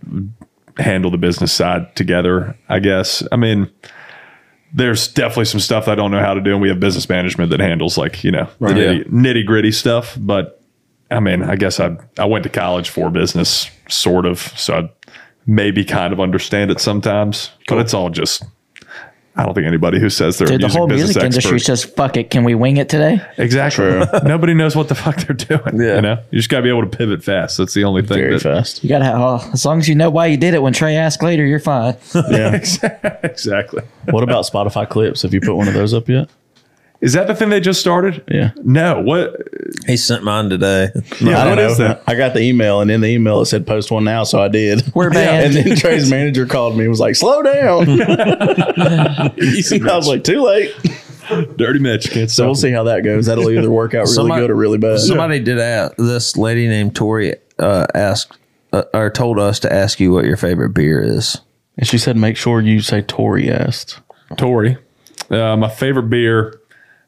A: handle the business side together, I guess. I mean, there's definitely some stuff I don't know how to do, and we have business management that handles like you know the
C: Yeah.
A: nitty, gritty stuff. But I mean, I guess I I went to college for business, sort of, so I maybe kind of understand it sometimes. But it's all just. I don't think anybody who says they're a
D: dude, the
A: music
D: whole
A: business
D: music industry
A: expert-
D: says, "Fuck it, can we wing it today?"
A: Exactly. Nobody knows what the fuck they're doing.
C: Yeah.
A: You know, you just got to be able to pivot fast. That's the only thing.
B: Very
A: that,
B: fast.
D: You gotta, have, oh, as long as you know why you did it. When Trey asked later, you're fine.
B: Yeah.
A: Exactly.
B: what about Spotify clips? Have you put one of those up yet?
A: Is that the thing they just started?
B: Yeah.
A: No. What?
C: He sent mine today.
A: Yeah,
B: I don't
A: what
B: know.
A: is that?
B: I got the email, and in the email it said post one now, so I did.
D: We're
B: And
D: banned.
B: then Trey's manager called me and was like, slow down. I was like, too late.
A: Dirty Mitch. Can't
B: So we'll
A: stop
B: see how that goes. That'll either work out really
C: Somebody-
B: good or really bad.
C: Somebody did ask this lady named Tori uh, asked uh, or told us to ask you what your favorite beer is.
B: And she said, make sure you say Tori asked.
A: it. Tory. Uh, my favorite beer.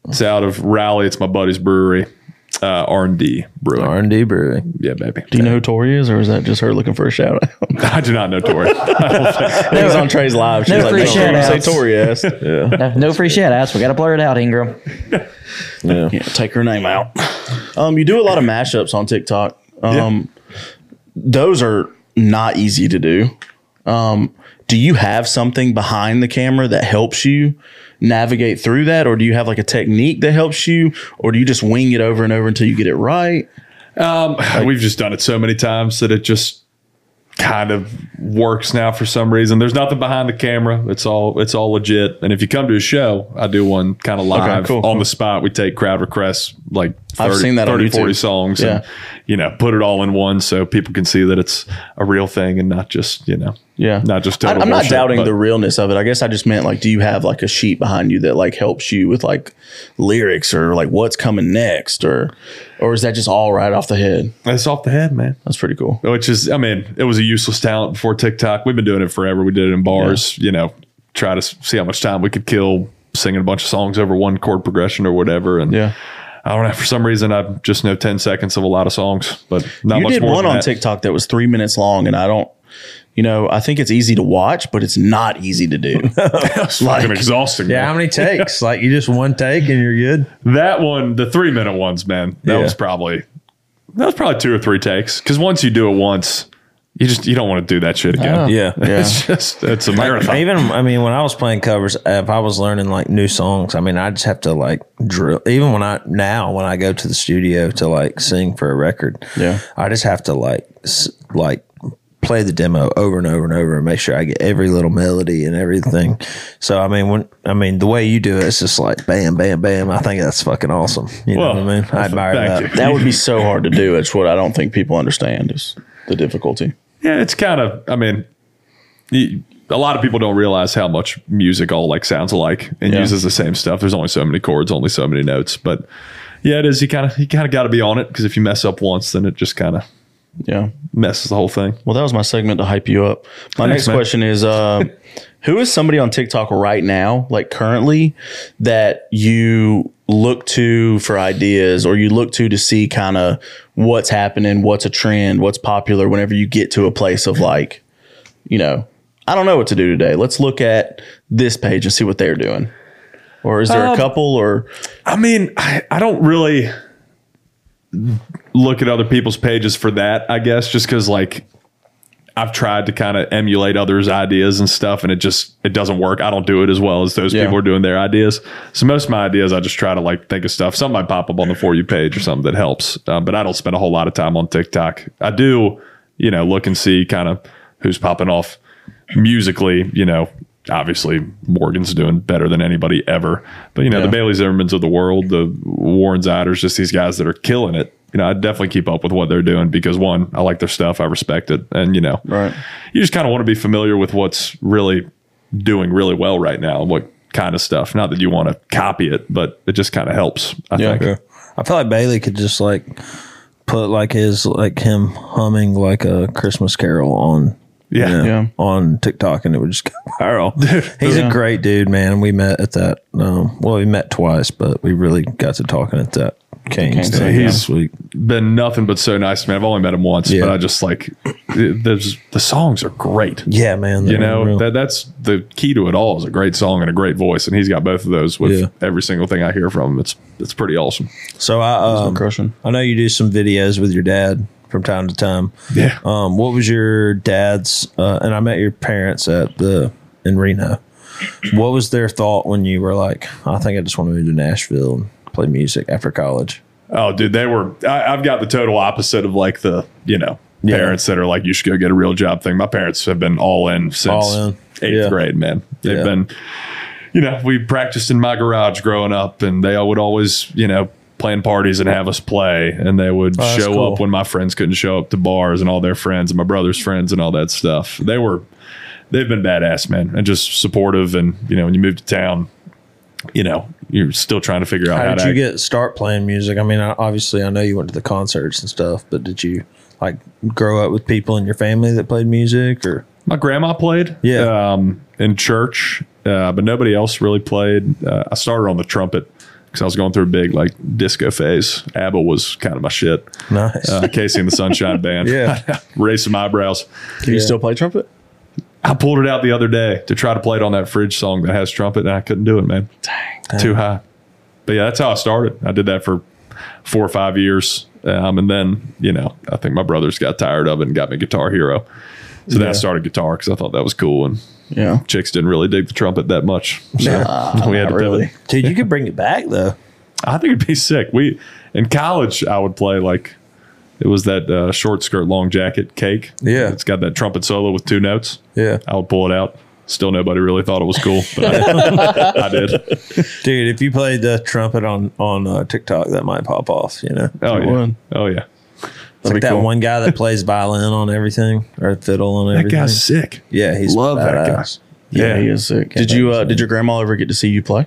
A: It's out of Raleigh. It's my buddy's brewery. Uh, R&D brewing.
C: R and D brewing.
A: Yeah, baby.
B: Do you know who Tori is, or is that just her looking for a shout out?
A: I do not know Tory.
B: it was on Trey's live. She
D: No
B: was like,
D: free
B: make sure you say
D: shout-outs.
B: Tori asked.
D: No, no free shout outs. We gotta blur it out, Ingram.
B: Yeah, take her name out. Um, you do a lot of mashups on TikTok. Um, those are not easy to do. Um, do you have something behind the camera that helps you navigate through that, or do you have like a technique that helps you, or do you just wing it over and over until you get it right?
A: Um, we've just done it so many times that it just kind of works now for some reason. There's nothing behind the camera. It's all it's all legit. And if you come to a show, I do one kind of live
B: cool,
A: on
B: cool.
A: the spot. We take crowd requests like 30,
B: I've seen that on
A: 30,
B: YouTube.
A: 40 songs and
B: Yeah.
A: you know, put it all in one so people can see that it's a real thing and not just, you know,
B: Yeah.
A: not just
B: I,
A: total
B: I'm not
A: bullshit,
B: doubting
A: but-
B: the realness of it. I guess I just meant like, do you have like a sheet behind you that like helps you with like lyrics or like what's coming next or or is that just all right off the head?
A: it's off the head, man.
B: That's pretty cool.
A: which is i mean it was a useless talent before tiktok we've been doing it forever we did it in bars you know try to s- see how much time we could kill singing a bunch of songs over one chord progression or whatever and
B: Yeah.
A: i don't know for some reason i just know 10 seconds of a lot of songs but not
B: You
A: much
B: did
A: more
B: one
A: than
B: on
A: that.
B: TikTok that was three minutes long, and I don't. You know, I think it's easy to watch, but it's not easy to do.
A: it's fucking
B: like-
A: exhausting
C: Yeah, how
A: man.
C: many takes? like you just one take and you're good.
A: that one the three minute ones man that
C: Yeah.
A: was probably that was probably two or three takes because once you do it once you just you don't want to do that shit again
C: Yeah.
A: it's just it's a marathon
C: Even I mean, when I was playing covers, if I was learning like new songs, I mean, I just have to like drill. Even when I now when I go to the studio to like sing for a record,
B: Yeah.
C: I just have to like s- like play the demo over and over and over and make sure I get every little melody and everything. So I mean, when I mean the way you do it, it's just like bam, bam, bam. I think that's fucking awesome. You
A: Well,
C: know what I mean? I admire
A: thank
C: that.
A: you.
B: that would be so hard to do. It's what I don't think people understand is the difficulty.
A: Yeah, it's kind of. I mean, you, a lot of people don't realize how much music all like sounds alike and
B: Yeah.
A: uses the same stuff. There's only so many chords, only so many notes. But yeah, it is. You kind of you kind of got to be on it because if you mess up once, then it just kind of
B: Yeah.
A: messes the whole thing.
B: Well, that was my segment to hype you up. My
A: Thanks,
B: next
A: man.
B: question is uh, Who is somebody on TikTok right now, like currently, that you look to for ideas or you look to to see kind of what's happening, what's a trend, what's popular whenever you get to a place of like, you know, I don't know what to do today. Let's look at this page and see what they're doing. Or is there a
A: Um,
B: couple or
A: I mean, I, I don't really look at other people's pages for that. I guess just because like I've tried to kind of emulate others' ideas and stuff, and it just it doesn't work. I don't do it as well as those
B: Yeah.
A: people are doing their ideas. So most of my ideas, I just try to like think of stuff. Some might pop up on the for you page or something that helps, uh, but I don't spend a whole lot of time on TikTok. I do, you know, look and see kind of who's popping off musically. You know, obviously Morgan's doing better than anybody ever, but you know
B: Yeah.
A: the Bailey Zimmermans of the world, the Warren Ziders, just these guys that are killing it. You know, I definitely keep up with what they're doing because one, I like their stuff, I respect it, and you know,
B: Right.
A: you just kind of want to be familiar with what's really doing really well right now and what kind of stuff. Not that you want to copy it, but it just kind of helps. I think.
C: Yeah. I feel like Bailey could just like put like his like him humming like a Christmas carol on
A: Yeah.
C: you know,
B: Yeah.
C: on TikTok and it would just go viral. He's a great dude, man. We met at that. Um, well, we met twice, but we really got to talking at that Kings.
B: Kings,
C: thing
A: yeah.
C: last week.
A: Been nothing but so nice, man. I've only met him once,
C: Yeah.
A: but I just like it- there's the songs are great.
C: Yeah, man.
A: You
C: they're
A: know
C: unreal.
A: that that's the key to it all is a great song and a great voice, and he's got both of those with
C: Yeah.
A: every single thing I hear from him. It's it's pretty awesome.
C: So I um,
B: crushing?
C: I know you do some videos with your dad from time to time.
A: Yeah.
C: Um, what was your dad's? Uh, and I met your parents at the in Reno. What was their thought when you were like, I think I just want to move to Nashville and play music after college?
A: Oh, dude, they were. I, I've got the total opposite of like the you know
C: Yeah.
A: parents that are like you should go get a real job thing. My parents have been all in since
C: All in.
A: eighth
C: Yeah.
A: grade, man. They've
C: Yeah.
A: been, you know, we practiced in my garage growing up, and they would always, you know. Plan parties and have us play, and they would
C: Oh, that's
A: show
C: cool.
A: up when my friends couldn't show up to bars, and all their friends and my brother's friends and all that stuff. They were, they've been badass, man, and just supportive. And you know, when you move to town, you know, you're still trying to figure out
C: How
A: how,
C: did
A: to
C: you
A: act.
C: get start playing music? I mean, I- obviously, I know you went to the concerts and stuff, but did you like grow up with people in your family that played music or?
A: My grandma played.
C: Yeah.
A: Um, in church, uh, but nobody else really played. Uh, I started on the trumpet because I was going through a big like disco phase. ABBA was kind of my shit.
C: Nice.
A: Uh, Casey and the Sunshine Band.
C: Yeah.
A: Raised some eyebrows.
B: Can you still play trumpet?
A: I pulled it out the other day to try to play it on that fridge song that has trumpet, and I couldn't do it, man. Dang. Too high. But yeah, that's how I started. I did that for four or five years. Um, and then, you know, I think my brothers got tired of it and got me Guitar Hero. So then I started guitar because I thought that was cool. And
B: Yeah.
A: chicks didn't really dig the trumpet that much. So we had to
B: not
A: pivot.
B: really.
C: Dude, you could bring it back though.
A: I think it'd be sick. We in college, I would play like It was that uh, short skirt, long jacket cake.
B: Yeah.
A: It's got that trumpet solo with two notes.
B: Yeah.
A: I would pull it out. Still, nobody really thought it was cool, but I, I did.
C: dude. If you played the trumpet on on uh, TikTok, that might pop off. You know,
A: Oh,
B: It
A: yeah.
B: would.
A: Oh, yeah.
C: It's like
B: be
C: that
B: cool.
C: one guy that plays violin on everything or fiddle on
A: That
C: everything.
A: guy's sick.
C: yeah, he's
A: Love that guy.
C: badass.
B: Yeah,
A: Yeah.
B: he is sick. Did you uh, did your grandma ever get to see you play?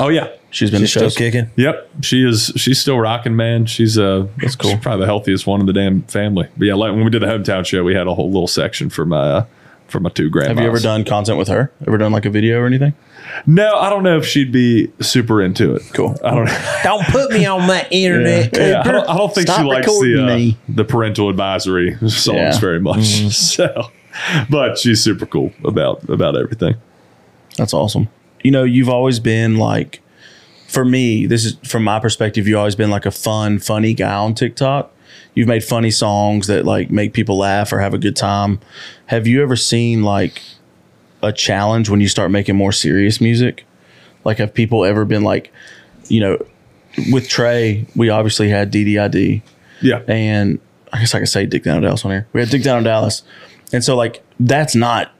A: Oh, yeah.
B: She's been
C: He's
B: to
C: still
B: shows.
C: kicking.
A: Yep, she is. She's still rocking, man. She's uh, that's cool. probably the healthiest one in the damn family. But yeah, like when we did the hometown show, we had a whole little section for my uh, for my two grandmas.
B: Have you ever done content with her? Ever done like a video or anything?
A: No, I don't know if she'd be super into it.
B: Cool.
A: I don't.
C: Don't put me on that internet.
A: Yeah, I, don't I don't think
B: Stop
A: she likes the
B: recording me.
A: uh, the parental advisory songs
B: Yeah. Mm.
A: very much. So, but she's super cool about about everything.
B: That's awesome. You know, you've always been like, for me, this is from my perspective, you've always been like a fun, funny guy on TikTok. You've made funny songs that like make people laugh or have a good time. Have you ever seen like a challenge when you start making more serious music? Like, have people ever been like, you know, with Trey, we obviously had DDID
A: Yeah,
B: and I guess I could say Dick Down in Dallas on here. We had Dick Down in Dallas, and so like that's not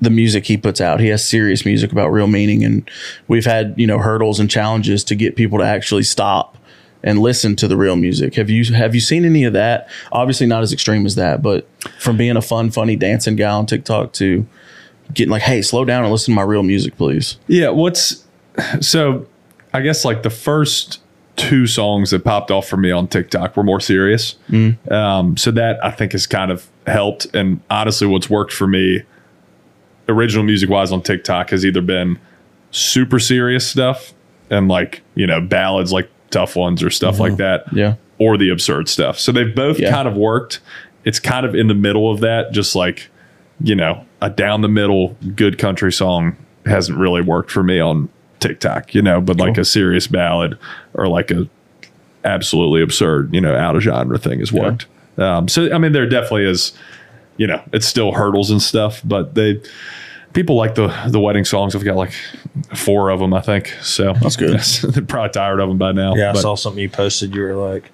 B: the music he puts out. He has serious music about real meaning, and we've had you know hurdles and challenges to get people to actually stop and listen to the real music. Have you have you seen any of that? Obviously not as extreme as that, but from being a fun, funny dancing guy on TikTok to getting like, hey, slow down and listen to my real music, please.
A: Yeah, what's so I guess like the first two songs that popped off for me on TikTok were more serious. Um, so that I think has kind of helped. And honestly, what's worked for me original music wise on TikTok has either been super serious stuff and like, you know, ballads like tough ones or stuff like that.
B: Mm-hmm. Yeah.
A: Or the absurd stuff. So they've both
B: Yeah.
A: kind of worked. It's kind of in the middle of that, just like you know, a down the middle good country song hasn't really worked for me on TikTok, you know, but like a serious ballad or like a absolutely absurd, you know, out of genre thing has worked. Um, so I mean, there definitely is, you know, it's still hurdles and stuff, but they people like the the wedding songs. I've got like four of them, I think. So that's
B: good.
A: They're probably tired of them by now.
C: Yeah, I
A: but-
C: saw something you posted. You were like,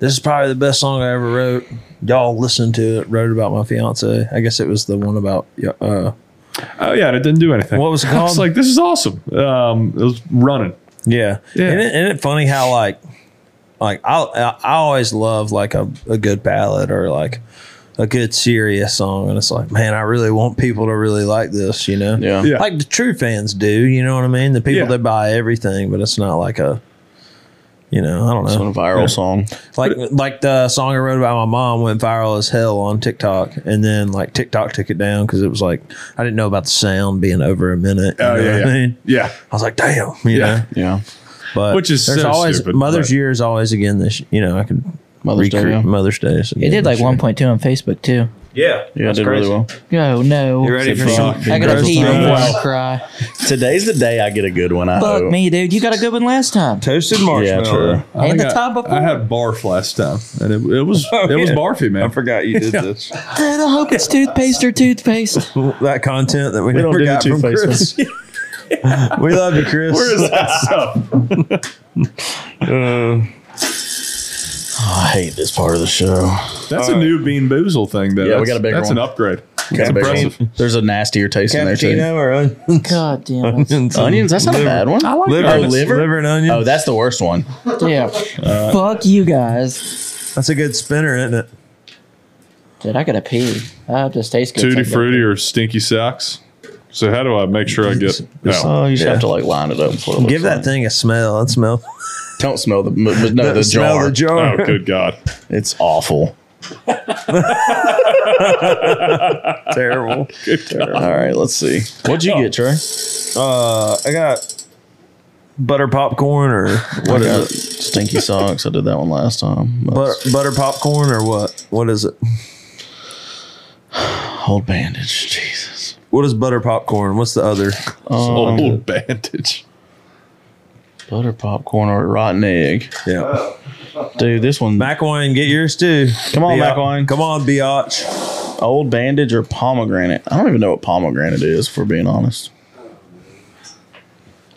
C: "This is probably the best song I ever wrote." Y'all listened to it. Wrote about my fiance. I guess it was the one about. Uh,
A: oh yeah, and it didn't do anything.
C: What was it
A: I was
C: called? Oh,
A: like, this is awesome. Um, it was running.
C: yeah,
A: Yeah.
C: Isn't, it, isn't it funny how like, like I I I always love like a, a good ballad or like a good serious song, and it's like, man, I really want people to really like this, you know?
B: Yeah.
A: Yeah.
C: Like the true fans do, you know what I mean? The people
A: Yeah.
C: that buy everything, but it's not like a, you know, I don't know.
B: So a viral song.
C: like like the song I wrote about my mom went viral as hell on TikTok, and then like TikTok took it down because it was like I didn't know about the sound being over a minute. you know what I mean?
A: Oh, yeah.
C: I was like, damn, you
A: Yeah.
C: know.
B: Yeah.
C: But
A: Which is
C: there's
A: so
C: always
A: stupid,
C: Mother's
A: but-
C: Year is always again this. You know, I could
B: Mother's Day, yeah.
C: Mother's Day. is
D: It
C: again
D: did like
C: this year.
D: 1.2 on Facebook too.
C: Yeah,
B: Yeah, I did really well.
D: Oh no!
C: You ready for
B: Fuck.
C: some?
D: I gotta pee
C: Toasted
D: before
C: marshmallows.
D: I cry.
B: Today's the day I get a good one. I
D: Fuck
A: Oh.
B: hope.
D: me, dude. You got a good one last time.
C: Toasted
B: Yeah,
C: marshmallow.
B: true.
A: I think
D: And the
A: I-
D: time before.
A: I had barf last time, and it, it was
C: Oh,
A: it was
C: yeah.
A: barfy, man.
C: I forgot you did this.
D: Dude, I hope it's toothpaste or toothpaste.
C: that content that we,
B: don't
C: never
B: do the
C: got from
B: toothpaste
C: Chris. we love you, Chris.
A: that stuff?
C: Uh,
B: I hate this part of the show.
A: That's a new Bean Boozle thing, though.
B: Uh, Yeah, we
A: That's-
B: got a bigger
A: That's
B: one.
A: an upgrade.
B: Got
A: That's
B: a big
A: impressive.
B: one. There's a nastier taste in there
C: Cappuccino or onions?
D: God damn it.
B: too. Onions, that's not a bad one. I like
C: Liver,
B: Oh, liver?
C: liver and onion.
B: Oh, that's the worst one.
D: Yeah. Fuck you guys.
C: That's a good spinner, isn't it?
D: Dude, I gotta pee. I just taste good.
A: Tutti
D: someday.
A: Frutti or Stinky Socks? So how do I make sure I get? No.
B: Oh, you just
C: Yeah.
B: have to like line it up. Before
C: Give that thing a smell. That smell.
B: Don't smell the m- m- no the
C: smell
B: jar.
C: The jar.
A: Oh, good God!
B: It's awful.
C: Terrible.
B: All right, let's see. What'd you get, Trey?
C: Uh, I got butter popcorn or
B: What is it? Stinky socks. I did that one last time.
C: butter, butter popcorn or what? What is it?
B: Hold bandage. Jesus.
C: What is butter popcorn? What's the other?
B: Um,
A: Old bandage.
B: Butter popcorn or rotten egg.
C: Yeah.
B: Dude, this one.
C: McWine, get yours too.
B: Come on,
C: Biot-
B: McWine.
C: Come on, Biatch.
B: Old bandage or pomegranate. I don't even know what pomegranate is, if we're being honest.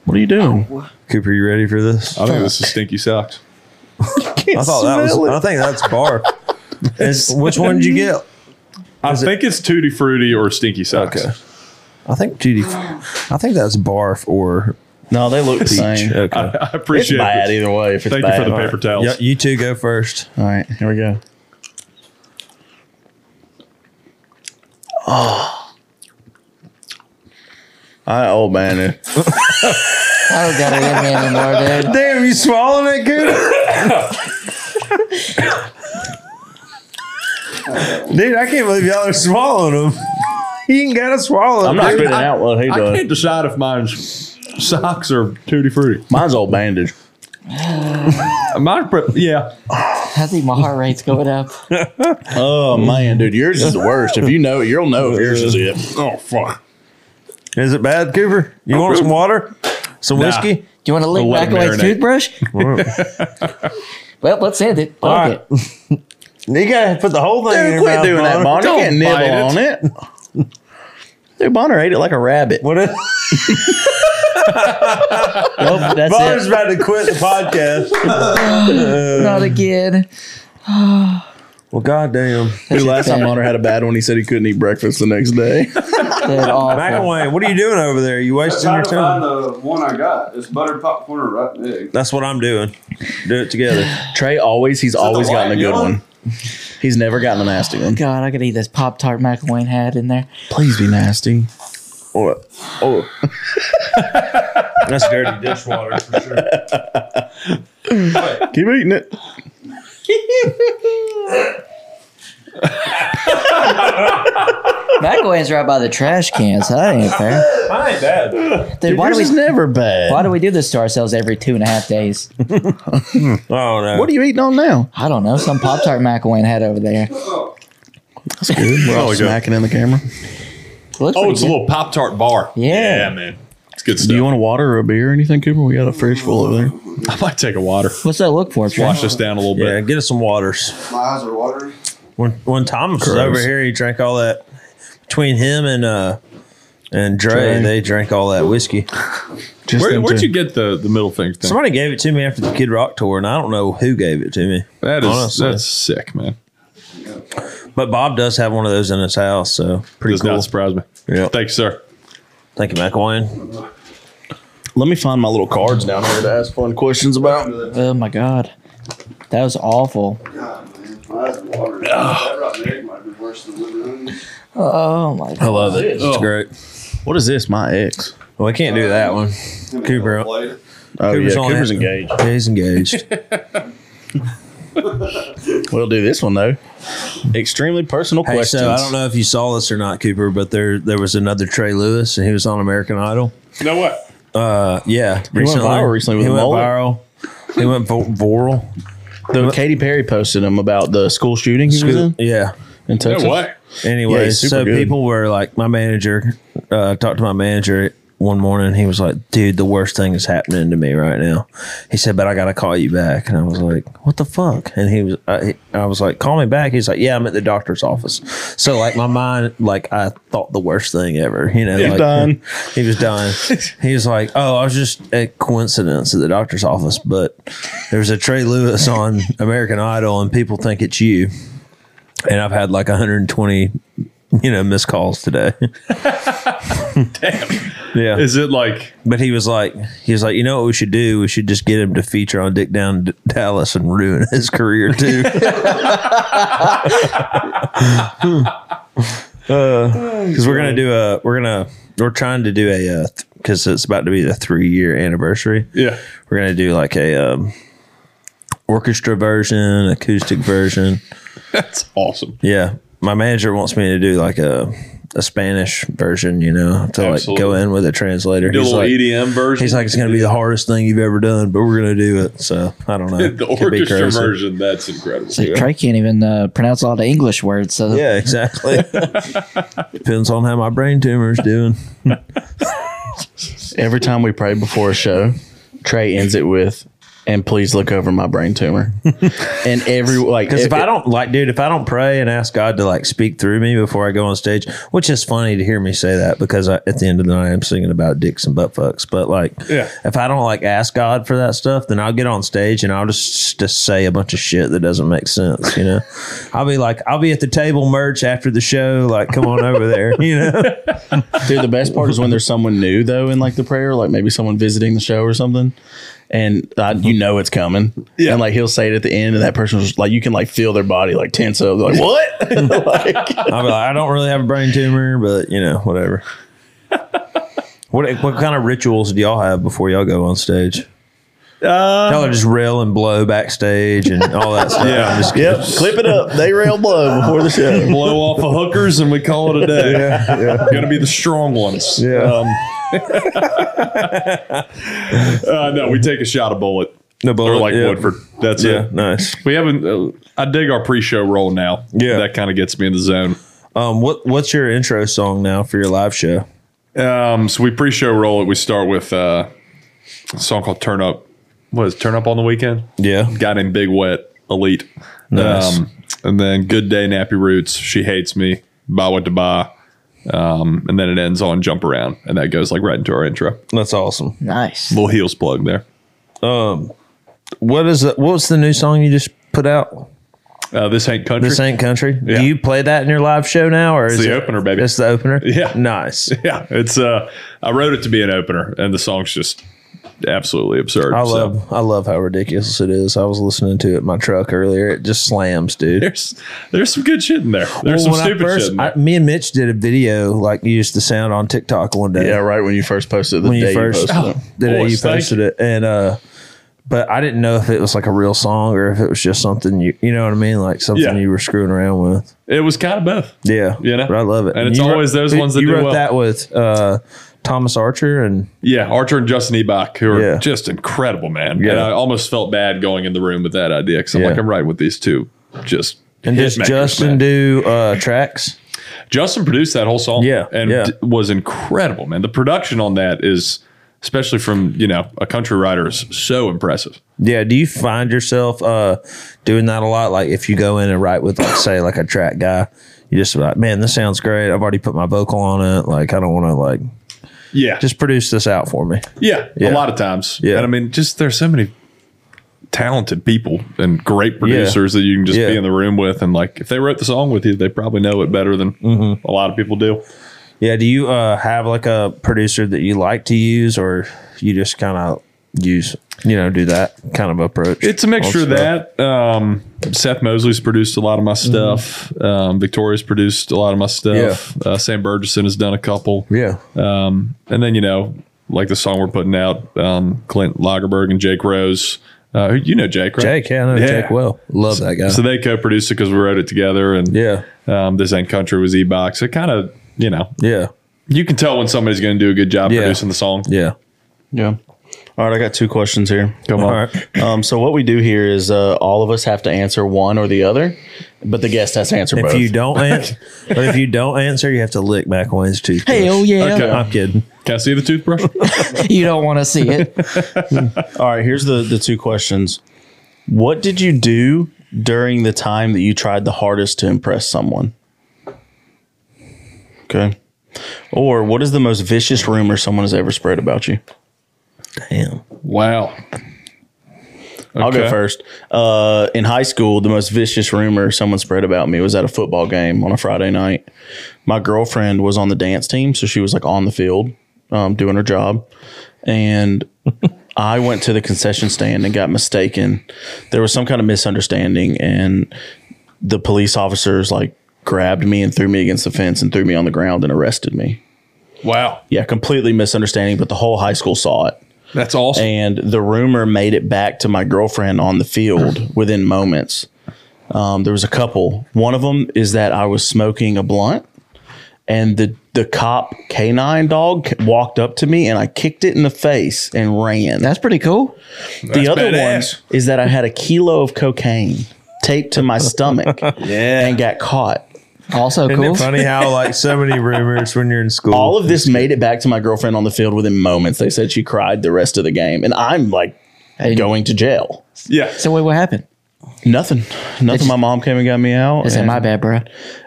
B: What are you doing?
C: Cooper, you ready for this?
A: I think this is Stinky Socks.
C: I thought that was.
B: smell it.
C: I think that's barf. It's- which one did you get?
A: I think it's Tutti Frutti or Stinky Socks.
C: Okay. I think Judy. I think that's barf or
B: No, they look the
C: peach.
B: same.
C: Okay.
A: I
B: It's
A: appreciate
B: bad
A: it.
B: either way. If it's
A: Thank
B: bad.
A: you for the paper towels.
C: Yeah, you two go first.
B: All right, here we go. Oh, I oh man,
D: Oh, I don't got it in me anymore, dude.
C: Damn, you swallowing it, Cooter? Dude, I can't believe y'all are swallowing them. You ain't gotta swallow
B: I'm
C: them.
B: not
A: Dude,
B: spitting
A: I-
B: out what he
A: I
B: does.
A: can't decide if mine's socks or Tutti Frutti.
B: Mine's old bandage.
A: Mine, pre- yeah.
D: I think my heart rate's going up.
B: Oh man, dude, yours is the worst. If you know, it, you'll know if yours is it.
A: Oh fuck.
C: Is it bad, Cooper? You want some water? Some whiskey?
D: Do you want to lick
A: Let it
D: back away
A: marinate.
D: toothbrush? well, let's end it. Fuck
C: right.
D: it.
C: You gotta put the whole thing in
B: Dude,
C: your
B: quit
C: mouth,
B: doing that, Bonner.
C: Bonner.
B: You
A: Don't
B: can't nibble
A: bite it.
B: on it. Dude, Bonner ate it like a rabbit.
C: What if
D: Nope, that's
C: Bonner's
D: it.
C: about to quit the podcast?
D: Not again.
C: well, goddamn.
B: Dude, last time Bonner had a bad one, he said he couldn't eat breakfast the next day.
D: Dude, awful.
C: McElwain, what are you doing over there? You wasting your
F: Trying to find
C: time.
F: the one I got. It's buttered popcorn or rotten egg.
C: That's what I'm doing. Do it together.
B: Trey always, he's
F: the
B: always gotten a
F: white
B: good
F: one?
B: one. He's never gotten a nasty one.
D: God, I could eat this Pop Tart McElwain had in there.
B: Please be nasty. Or, or
C: That's dirty dishwater for sure.
B: keep eating it.
D: McElwain's right by the trash can, so that ain't fair.
C: I ain't bad.
D: Dude,
B: Dude,
D: why do
B: yours
D: we
B: is never bad.
D: why do we do this to ourselves every two and a half days?
C: Oh no.
B: what are you eating on now?
D: I don't know. Some Pop Tart McElwain had over there.
B: That's good. We're all
A: Probably good.
B: smacking in the camera.
D: Looks
A: Oh,
D: pretty
A: it's
D: good.
A: a little Pop Tart bar.
D: Yeah.
A: man. It's good stuff.
B: Do you want a water or a beer or anything, Cooper? We got a fridge full over there.
A: I might take a water.
D: What's that look for? Trey?
A: Wash this down a little bit.
C: Yeah, get us some waters.
F: My eyes are watering.
C: When when Thomas was over here, he drank all that between him and uh and Dre,
B: Dre.
C: they drank all that whiskey.
B: Just
A: Where,
B: them
A: where'd
B: two.
A: you get the, the middle finger thing?
C: Somebody gave it to me after the Kid Rock tour, and I don't know who gave it to me.
A: that is
C: honestly.
A: that's sick, man.
C: But Bob does have one of those in his house, so pretty
A: Does
C: cool.
A: not surprise me.
C: Yeah.
A: Thank you, sir.
C: Thank you, McElwain.
B: Let me find my little cards down here to ask fun questions about.
D: Oh my god, that was awful. Oh,
F: God, man. My eyes are watering. That rotten egg might be worse than the
D: Oh my god.
C: Love it. It's
A: Oh.
C: great.
B: What is this? My ex.
C: Well, we can't do that one. Cooper.
B: Oh
C: Cooper's
B: yeah,
C: on
B: Cooper's
C: it.
B: engaged.
C: Yeah, he's engaged.
B: We'll do this one though. Extremely personal
C: hey,
B: questions.
C: so I don't know if you saw this or not, Cooper, but there there was another Trey Lewis, and he was on American Idol.
A: Know what?
C: Uh, yeah, he
B: viral recently with
C: he
B: a
C: went
B: mullet.
C: viral. He went vo- viral.
B: The Katy Perry posted him about the school shooting he was in
C: Yeah.
B: in Texas.
A: what?
C: Anyway,
B: Yeah, he's super
C: so
B: good.
C: people were like, my manager uh, talked to my manager one morning. He was like, dude, the worst thing is happening to me right now. He said, but I got to call you back. And I was like, what the fuck? And he was, I, he- I was like, call me back. He's like, yeah, I'm at the doctor's office. So like my mind, like I thought the worst thing ever, you know, like,
B: done.
C: he was done. He was like, oh, I was just a coincidence at the doctor's office, but there's a Trey Lewis on American Idol and people think it's you. And I've had like 120, you know, missed calls today. Yeah.
A: Is it like
C: but he was like, he was like, you know what we should do? We should just get him to feature on Dick Down D- Dallas and ruin his career too. Uh, Because we're gonna do a, we're gonna, we're trying to do a, because it's about to be the three year anniversary.
A: yeah?
C: We're gonna do like a um, orchestra version, acoustic version.
A: That's awesome.
C: Yeah, my manager wants me to do like a a Spanish version. You know, to like go
A: Absolutely.
C: in with a translator.
A: Do a
C: He's
A: little E
C: like,
A: EDM version.
C: He's like, it's going to be the hardest thing you've ever done, but we're going to do it. So I don't know.
A: the
C: Could be
A: orchestra
C: crazy.
A: version. That's incredible.
D: It's like Trey can't even uh, pronounce a lot of English words. So
C: Yeah, exactly. Depends on how my brain tumor is doing.
B: Every time we pray before a show, Trey ends it with and please look over my brain tumor. and every like,
C: Because if
B: it-
C: I don't like, dude, if I don't pray and ask God to like speak through me before I go on stage, which is funny to hear me say that because I, at the end of the night I'm singing about dicks and butt fucks. But like,
A: Yeah.
C: if I don't like ask God for that stuff, then I'll get on stage and I'll just just say a bunch of shit that doesn't make sense. You know, I'll be like, I'll be at the table merch after the show. Like, come on over there. You know,
B: Dude, the best part is when there's someone new though in like the prayer, like maybe someone visiting the show or something, and uh, you know it's coming.
A: Yeah.
B: And like he'll say it at the end, and that person's like, you can like feel their body like tense up, like what? like,
C: I'll be like, I don't really have a brain tumor, but you know, whatever. What, what kind of rituals do y'all have before y'all go on stage?
B: Um,
C: Y'all are just rail and blow backstage and all that stuff.
A: Yeah.
C: I'm just kidding.
B: yep, clip it up. They rail blow before the show.
A: blow off of hookers and we call it a day. Gonna be the strong ones. Yeah. Um, uh, no, we take a shot of bullet.
C: No bullet,
A: Or like
C: yeah.
A: Woodford. That's
C: Yeah,
A: it.
C: nice.
A: We haven't. Uh, I dig our pre-show roll now.
C: Yeah.
A: that kind of gets me in the zone.
C: Um, what what's your intro song now for your live show?
A: Um, so we pre-show roll it. We start with uh, a song called "Turn Up." What is it, "Turn Up" on the weekend?
C: Yeah,
A: Guy named Big Wet Elite.
C: Nice.
A: Um, and then "Good Day" Nappy Roots. She hates me. Bye what to buy. Um, and then it ends on "Jump Around," and that goes like right into our intro.
C: that's awesome.
D: Nice.
A: Little heels plug there.
C: What is the, what was the new song you just put out?
A: Uh, this ain't country.
C: This ain't country.
A: Yeah.
C: Do you play that in your live show now, or is
A: the
C: it-
A: opener, baby.
C: It's the opener.
A: Yeah.
C: nice.
A: yeah, it's. Uh, I wrote it to be an opener, and the song's just absolutely absurd.
C: I
A: So,
C: love I love how ridiculous it is. I was listening to it in my truck earlier. It just slams, dude.
A: There's there's some good shit in there. There's some
C: Well, when I
A: stupid
C: first-
A: shit. In there.
C: I- me and Mitch did a video like used the sound on TikTok one day.
B: Yeah, right when you first posted the
C: when
B: day
C: you first Oh.
B: you posted it.
C: the day
A: Boys,
C: you
A: thank
C: posted it, and uh, but I didn't know if it was like a real song or if it was just something you you know what I mean, like something
A: Yeah.
C: you were screwing around with.
A: It was kind of both.
C: Yeah,
A: You know?
C: But I love it,
A: And it's
C: you wrote-
A: always those ones that
C: you
A: do
C: wrote
A: well.
C: that with uh, Thomas Archer and
A: Yeah, Archer and Justin Ebach, who are
C: Yeah.
A: just incredible, man. And
C: Yeah.
A: I almost felt bad going in the room with that idea because I'm
C: Yeah.
A: like, I'm right with these two. Just
C: and does
A: hitmakers,
C: Justin
A: man.
C: do uh, tracks?
A: Justin produced that whole song.
C: Yeah,
A: And
C: yeah.
A: d- was incredible, man. The production on that is, especially from, you know, a country writer, is so impressive.
C: Yeah, do you find yourself uh, doing that a lot? Like if you go in and write with, like, say, like a track guy, you just like, man, this sounds great. I've already put my vocal on it. Like I don't want to like
A: Yeah. Just,
C: just produce this out for me.
A: yeah, A
C: Yeah.
A: lot of times.
C: Yeah.
A: And I mean, just there's so many talented people and great producers that you can just
C: Yeah.
A: be in the room with. And like, if they wrote the song with you, they probably know it better than
C: Mm-hmm.
A: a lot of people do.
C: Yeah. Do you uh, have like a producer that you like to use, or you just kind of use, you know, do that kind of approach?
A: It's a mixture of
C: Also.
A: that. Um, Seth Mosley's produced a lot of my
C: Mm-hmm.
A: stuff. Um, Victoria's produced a lot of my stuff. Uh, Sam Burgesson has done a couple.
C: Yeah.
A: Um, and then, you know, like the song we're putting out, um, Clint Lagerberg and Jake Rose. Uh, who- you know Jake, right?
C: Jake, yeah, I know
A: Yeah.
C: Jake well. Love that guy.
A: So they co-produced it because we wrote it together. And
C: yeah.
A: um, This Ain't Country was E-Box. It kind of, you know,
C: Yeah.
A: you can tell when somebody's going to do a good job
C: Yeah.
A: producing the song.
C: Yeah.
B: Yeah. All right, I got two questions here.
A: Come
C: All
A: on.
C: right.
B: Um, so what we do here is uh, all of us have to answer one or the other, but the guest has to answer both.
C: If you don't answer, but if you don't answer, you have to lick McElwain's toothbrush.
D: Hell yeah.
A: Okay.
C: I'm kidding.
A: Can I see the toothbrush?
D: You don't want to see it.
B: All right, here's the the two questions. What did you do during the time that you tried the hardest to impress someone? Okay. Or what is the most vicious rumor someone has ever spread about you?
C: Damn.
A: wow.
B: I'll go
A: Okay.
B: first. Uh, in high school, the most vicious rumor someone spread about me was at a football game on a Friday night. My girlfriend was on the dance team, so she was like on the field um, doing her job. And I went to the concession stand and got mistaken. There was some kind of misunderstanding, and the police officers like grabbed me and threw me against the fence and threw me on the ground and arrested me.
A: Wow.
B: Yeah, completely misunderstanding, but the whole high school saw it
A: That's awesome.
B: and the rumor made it back to my girlfriend on the field within moments. Um, there was a couple. One of them is that I was smoking a blunt, and the the cop canine dog c- walked up to me, and I kicked it in the face and ran.
D: That's pretty cool.
B: the other
A: badass.
B: one is that I had a kilo of cocaine taped to my stomach and got caught.
D: Also
C: Isn't
D: cool.
C: it funny how like so many rumors when you're in school?
B: All of this made it back to my girlfriend on the field within moments. They said she cried the rest of the game, and I'm like
D: And-
B: going to jail.
A: Yeah.
D: So wait, what happened?
B: Nothing, nothing.
D: just-
B: my mom came and got me out.
D: I said,
B: and,
D: my bad, bro.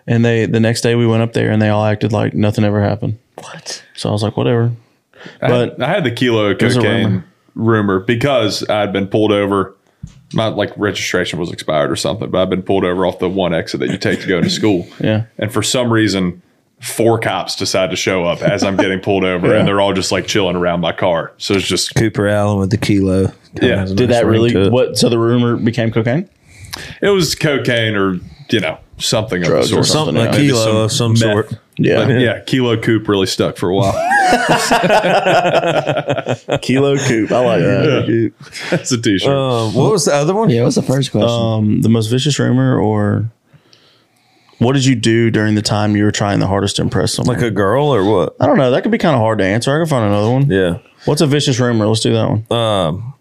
B: And they the next day we went up there and they all acted like nothing ever happened.
D: What?
B: So I was like, whatever. But
A: I had the kilo of
B: was a
A: cocaine rumor.
B: rumor.
A: because I'd been pulled over. My like registration was expired or something, but I'd been pulled over off the one exit that you take to go into school.
B: Yeah.
A: And for some reason, four cops decide to show up as I'm getting pulled over, and they're all just like chilling around my car. So it's just
C: Cooper Allen with the kilo. Kinda
A: Yeah.
C: has a
B: did
C: nice
B: that
C: ring to
B: really?
C: it.
B: What? So the rumor became cocaine.
A: it was cocaine or you know something
B: Drugs
A: of the
B: or
A: sort.
C: Something
B: something
C: a
B: else.
A: Maybe
C: kilo of some
A: meth.
C: sort.
A: But
B: Yeah,
A: yeah, kilo coop really stuck for a while.
B: kilo coop. I like that.
A: That's a t-shirt.
B: Oh,
C: Um, what was the other one?
D: Yeah, what's the first question?
B: Um, the most vicious rumor, or what did you do during the time you were trying the hardest to impress someone?
C: Like a girl or what?
B: I don't know. That could be kind of hard to answer. I can find another one.
C: Yeah.
B: What's a vicious rumor? Let's do that one.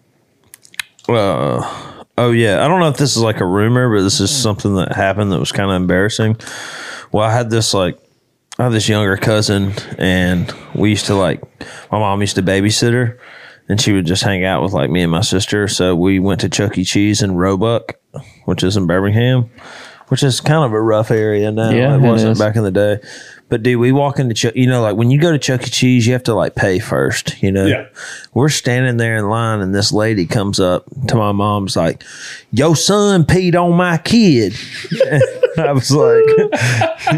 C: Oh yeah, I don't know if this is like a rumor, but this
D: Hmm.
C: is something that happened that was kind of embarrassing. Well, I had this like I have this younger cousin, and we used to like my mom used to babysit her, and she would just hang out with like me and my sister. So we went to Chuck E. Cheese in Roebuck, which is in Birmingham, which is kind of a rough area now.
D: Yeah,
C: it
D: it
C: wasn't
D: is.
C: back in the day. But dude, we walk into Chuck, you know, like when you go to Chuck E. Cheese, you have to like pay first, you know.
A: Yeah.
C: We're standing there in line, and this lady comes up to my mom's like, "Yo, son peed on my kid." I was like,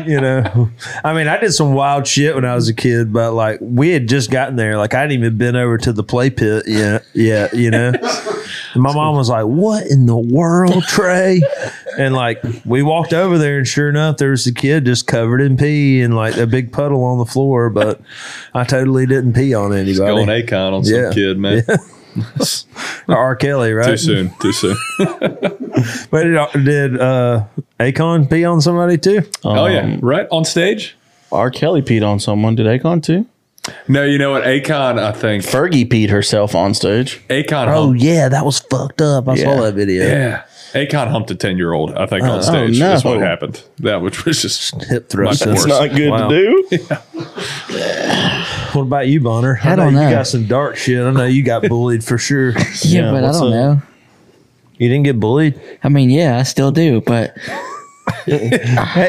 C: you know, I mean, I did some wild shit when I was a kid, but like we had just gotten there, like I hadn't even been over to the play pit yet, yet, you know. And my mom was like, "What in the world, Trey?" And like we walked over there, and sure enough, there was a kid just covered in pee and like a big puddle on the floor. But I totally didn't pee on
A: Going
C: anybody.
A: Akon on
C: Yeah.
A: some kid, man.
C: R. Kelly, right?
A: Too soon. Too soon.
C: But did, did uh, Akon pee on somebody too?
A: oh
B: Um,
A: yeah. Right? On stage?
B: R. Kelly peed on someone. Did Akon too?
A: No, you know what? Akon, I think.
B: Fergie peed herself on stage.
A: Akon
C: Oh
A: humped,
C: yeah, that was fucked up. I
B: Yeah.
C: saw that video.
A: yeah. Akon humped a 10 year old, I think, on stage.
B: no.
A: That's what happened. That which was just
C: Hip thrust.
A: That's
C: That's
A: not
B: good
C: Wow.
B: do.
C: What about you, Bonner? I,
D: I
C: know
D: don't
C: you
D: know.
C: got some dark shit. I know you got bullied for sure.
D: yeah,
B: yeah,
D: but I
B: what's up?
D: don't know.
C: You didn't get bullied.
D: I mean, yeah, I still do, but
C: Hey,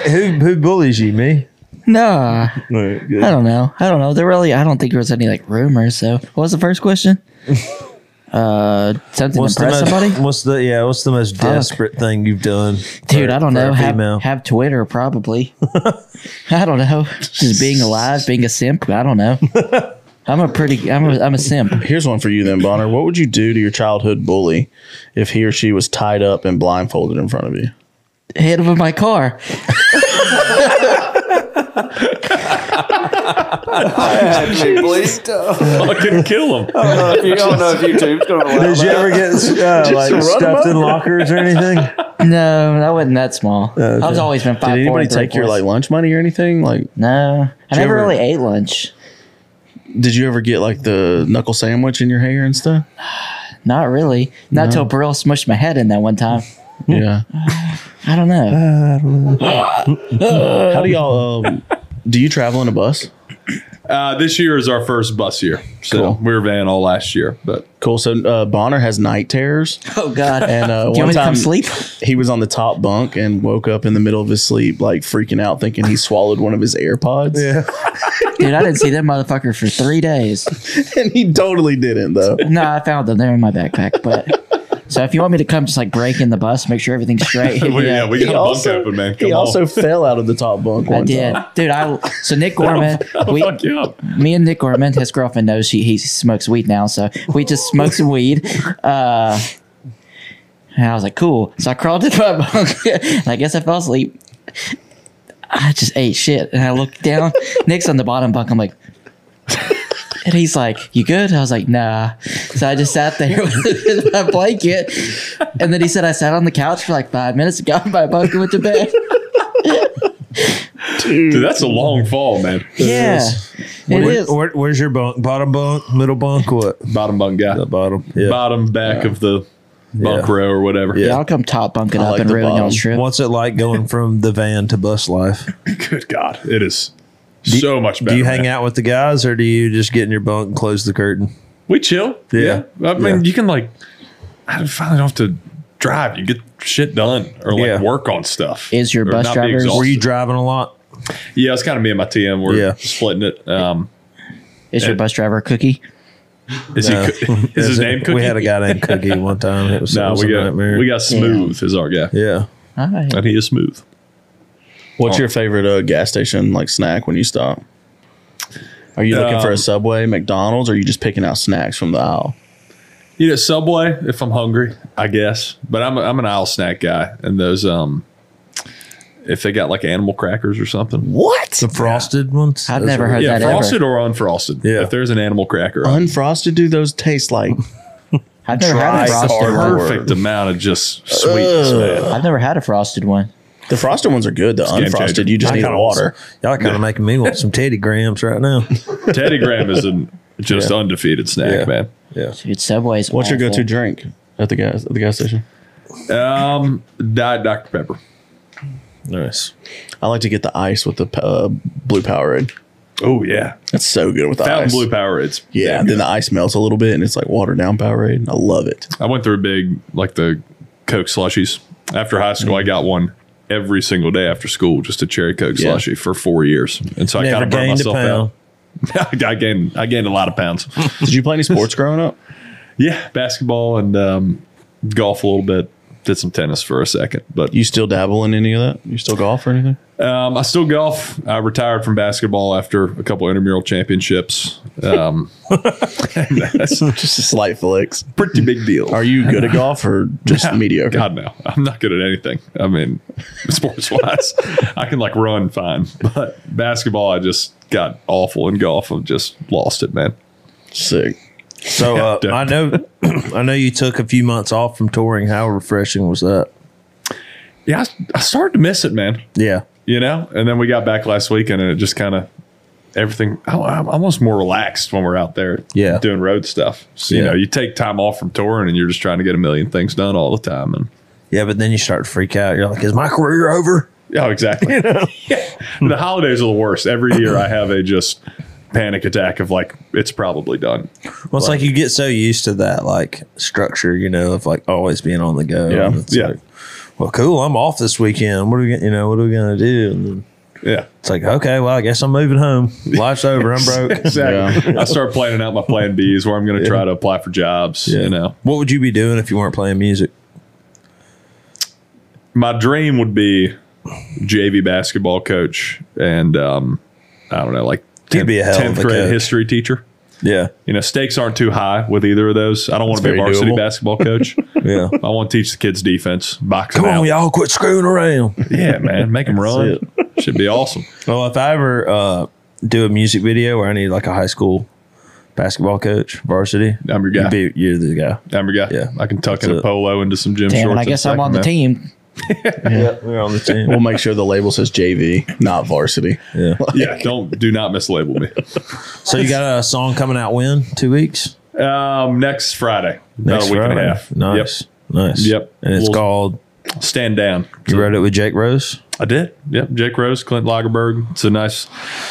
C: who who bullies you? Me.
D: no, I don't know. I don't know. There really, I don't think there was any like rumors. So, what was the first question? uh, something
C: the
D: to impress
C: most,
D: somebody,
C: What's the yeah? What's the most desperate thing you've done,
D: dude?
C: for-
D: I don't
C: for a
D: know.
C: female?
D: Have, have Twitter probably. I don't know. Just being alive, being a simp. I don't know. I'm a pretty. I'm a. I'm a simp.
B: Here's one for you then, Bonner. What would you do to your childhood bully if he or she was tied up and blindfolded in front of you?
D: Hit him with my car.
F: Actually, please. I
A: fucking kill him.
F: don't know if you- I don't know if YouTube's going to allow
C: Did you
F: that.
C: ever get uh, like stuffed in lockers or anything?
D: No, I wasn't that small. I was always
B: Oh,
D: been
B: Did
D: five.
B: anybody take your like lunch money or anything? Like,
D: No, I
B: you
D: never
B: ever-
D: really ate lunch.
B: did you ever get like the knuckle sandwich in your hair and stuff?
D: Not really. Not till Burrell smushed my head in that one time.
B: Yeah.
D: I don't
B: Uh,
D: know.
B: How do y'all? Um, do you travel in a bus?
A: Uh, this year is our first bus year. So
B: Cool.
A: we were van all last year. But
B: Cool. So uh, Bonner has night terrors.
D: Oh God.
B: And uh,
D: Do
B: one
D: you want me to
B: time
D: come sleep?
B: he was on the top bunk and woke up in the middle of his sleep, like freaking out, thinking he swallowed one of his AirPods.
C: Yeah.
D: Dude, I didn't see that motherfucker for three days.
B: and he totally didn't though.
D: No, I found them. They're in my backpack. But so if you want me to come, just like break in the bus, make sure everything's straight. hit
A: we,
D: me
A: yeah.
D: up.
A: we got a
B: He
A: bunk
B: also-
A: open, man. Come
B: He
A: on.
B: also fell out of the top bunk one
D: I did,
B: time.
D: dude. I so Nick Gorman, we,
A: Fuck you up.
D: me and Nick Gorman, his girlfriend knows she he smokes weed now, so we just smoked some weed. Uh, and I was like, cool. So I crawled into my bunk, and I guess I fell asleep. I just ate shit, and I looked down. Nick's on the bottom bunk. I'm like. And he's like, "You good?" I was like, "Nah." So I just sat there with my blanket, and then he said, "I sat on the couch for like five minutes, got in my bunk, and went to bed."
A: Dude, that's a long fall, man.
D: yeah, it
C: Where-
D: is.
C: where- where's your bunk? Bottom bunk, middle bunk, what?
A: Bottom bunk guy.
C: The bottom. Yeah.
A: Bottom back of the bunk
C: Yeah.
A: row or whatever.
D: Yeah, I'll come top bunk it up
B: like
D: and
B: the
D: ruin
B: bottom.
D: y'all's trip.
C: What's it like going from the van to bus life?
A: Good God. It is so much better.
C: Do you hang
A: man.
C: out with the guys, or do you just get in your bunk and close the curtain?
A: We chill.
C: Yeah.
A: I mean,
C: Yeah.
A: you can like I finally don't have to drive. You get shit done or like
C: Yeah.
A: work on stuff.
D: Is your
A: Or
D: bus
A: not be
D: drivers-
A: exhausted.
D: Were
C: You driving a lot?
A: Yeah, it's kind of me and my TM. We're
C: Yeah.
A: splitting it. Um,
D: Is your bus driver a cookie?
A: is
C: No.
A: he? Is, his name Cookie?
C: We had a guy named Cookie one time. It was, it
A: No,
C: was
A: we
C: a
A: got
C: nightmare.
A: we got smooth is our guy,
C: yeah.
D: All right.
A: and he is smooth. Oh.
B: What's your favorite uh, gas station like snack when you stop? Are you looking for
A: Um,
B: a Subway, McDonald's, or are you just picking out snacks from the aisle?
A: You know, Subway if I'm hungry, I guess. But I'm a, I'm an aisle snack guy, and those um, if they got like animal crackers or something,
B: What?
C: The frosted ones?
D: I've
C: Those
D: never
C: are-
D: heard
A: yeah,
D: that
A: frosted
D: ever.
A: or unfrosted.
C: Yeah.
A: if there's an animal cracker, on
B: Unfrosted, do those taste like?
D: I've never had
B: Dry
D: a frosted
B: hard
D: one.
B: work.
A: perfect amount of just sweetness, man.
D: I've never had a frosted one.
B: The frosted ones are good. The
A: game changer.
B: unfrosted, you just
C: I
B: need
C: kinda-
B: water.
C: Y'all kind of making me want some Teddy Grahams right now.
A: Teddy Graham is an just undefeated snack,
C: Yeah.
A: man.
C: Yeah.
D: Dude, Subway's.
B: What's your
D: awful.
B: go-to drink at the gas at the gas station?
A: Um, Diet Dr Pepper.
C: Nice.
B: I like to get the ice with the uh, blue Powerade.
A: Oh yeah,
B: That's so good with the
A: Fountain
B: ice.
A: Blue Power. It's
B: yeah, and then the ice melts a little bit, and it's like watered down Powerade. I love it.
A: I went through a big like the Coke slushies after high school. I
C: Mm.
A: got one every single day after school, just a cherry Coke
B: Yeah.
A: slushie for four years, and so I kind
C: Never
A: of burned
C: gained a
A: myself
C: pound. Hmm.
A: out. I gained I gained a lot of pounds.
B: Did you play any sports growing up?
A: yeah, basketball and um, golf a little bit. Did some tennis for a second, but
B: You still dabble in any of that? You still golf or anything?
A: um, I still golf. I retired from basketball after a couple intramural championships. Um, that's a
B: Just a slight flicks.
A: pretty big deal.
B: Are you good at golf or just mediocre?
A: God no, I'm not good at anything. I mean, sports wise, I can like run fine, but basketball, I just got awful in golf. I've just lost it, man.
B: Sick.
C: So uh,
A: Yeah,
C: I know, I know you took a few months off from touring. How refreshing was that?
A: Yeah, I, I started to miss it, man.
C: Yeah,
A: You know, and then we got back last weekend, and it just kind of everything. I, I'm almost more relaxed when we're out there,
C: Yeah.
A: doing road stuff. So, You
C: Yeah.
A: know, you take time off from touring, and you're just trying to get a million things done all the time, and
C: yeah. But then you start to freak out. You're like, "Is my career over?"
A: Oh, exactly. Yeah. The holidays are the worst. Every year I have a just panic attack of like, it's probably done.
C: Well, it's like you get so used to that like structure, you know, of like always being on the go.
B: Yeah.
C: And it's
A: Um, Yeah.
C: like, well, cool. I'm off this weekend. What are we, gonna- you know, what are we gonna do? And then
A: Yeah.
C: it's like, okay, well, I guess I'm moving home. Life's over. I'm broke.
A: Exactly. I start planning out my plan B's where I'm going to try to apply for jobs.
C: Yeah.
A: You know,
C: What would you be doing if you weren't playing music?
A: my dream would be JV basketball coach and, um, I don't know, like
C: You'd be a hell of
A: 10th
C: a
A: grade
C: coach.
A: history teacher.
C: Yeah,
A: You know, stakes aren't too high with either of those. I don't want to be a
B: very
A: varsity
B: doable.
A: basketball coach.
C: yeah.
A: I want to teach the kids defense, boxing
C: Come
A: out.
C: on, y'all, quit screwing around.
A: Yeah, man. Make them run. Should be awesome.
C: Well, if I ever uh, do a music video where I need like a high school basketball coach, varsity,
A: I'm your guy.
C: You'd be, you're the guy.
A: I'm your guy.
C: Yeah.
A: I can tuck
C: That's
A: in a
C: it.
A: polo into some gym
D: Damn,
A: shorts.
D: and I
A: in a
D: guess I'm
A: second,
D: on the
A: man.
D: team.
C: Yeah, we're on the team.
B: We'll make sure the label says JV, not varsity.
C: yeah.
A: Yeah, don't do not mislabel me.
C: So you got a song coming out when? Two weeks?
A: Um, next Friday, about a week and a half.
C: Nice. Nice.
A: Yep.
C: And it's
A: We'll-
C: called
A: Yep. Stand down.
C: You wrote it with Jake Rose?
A: I did. Yep. Jake Rose, Clint Lagerberg. It's a nice,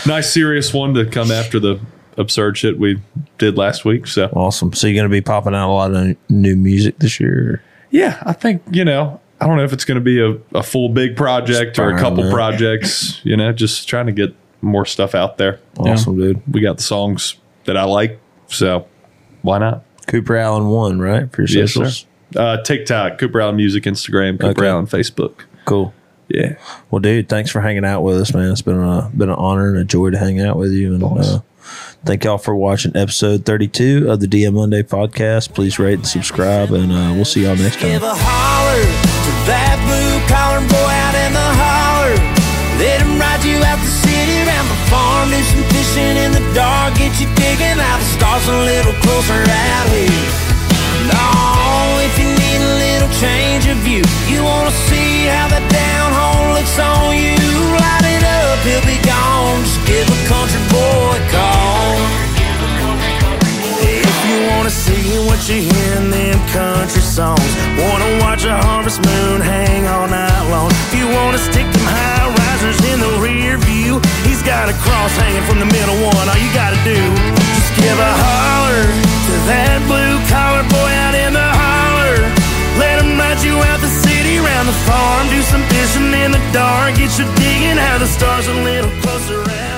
A: nice serious one to come after the absurd shit we did last week. So
C: Awesome. So you're gonna be popping out a lot of new music this year.
A: yeah, I think you know. I don't know if it's going to be a, a full big project or a
C: Fine,
A: couple
C: man.
A: projects. You know, just trying to get more stuff out there.
C: Awesome, dude.
A: We got the songs that I like, so why not?
C: Cooper Allen won, right? For your
A: Yes,
C: socials.
A: sir. Uh, TikTok, Cooper Allen Music, Instagram, Cooper
C: Okay.
A: Allen Facebook.
C: Cool.
A: Yeah.
C: Well, dude, thanks for hanging out with us, man. It's been a been an honor and a joy to hang out with you. And uh, thank y'all for watching episode 32 of the DM Monday podcast. Please rate and subscribe, and uh, we'll see y'all next time.
E: Give a holler to that blue collar boy out in the holler. Let him ride you out the city, around the farm, do some fishing in the dark, get you digging out the stars a little closer out here. No, if you need a little change of view, you wanna see how the down home looks on you. Light it up, he'll be gone. Just give a country boy a call. If you wanna see what you hear in them country songs, wanna watch a harvest moon hang all night long. If you wanna stick them high risers in the rear view, he's got a cross hanging from the middle one. All you gotta do, just give a holler to that blue collar boy out in the holler.
G: Picture digging how the stars a little closer out.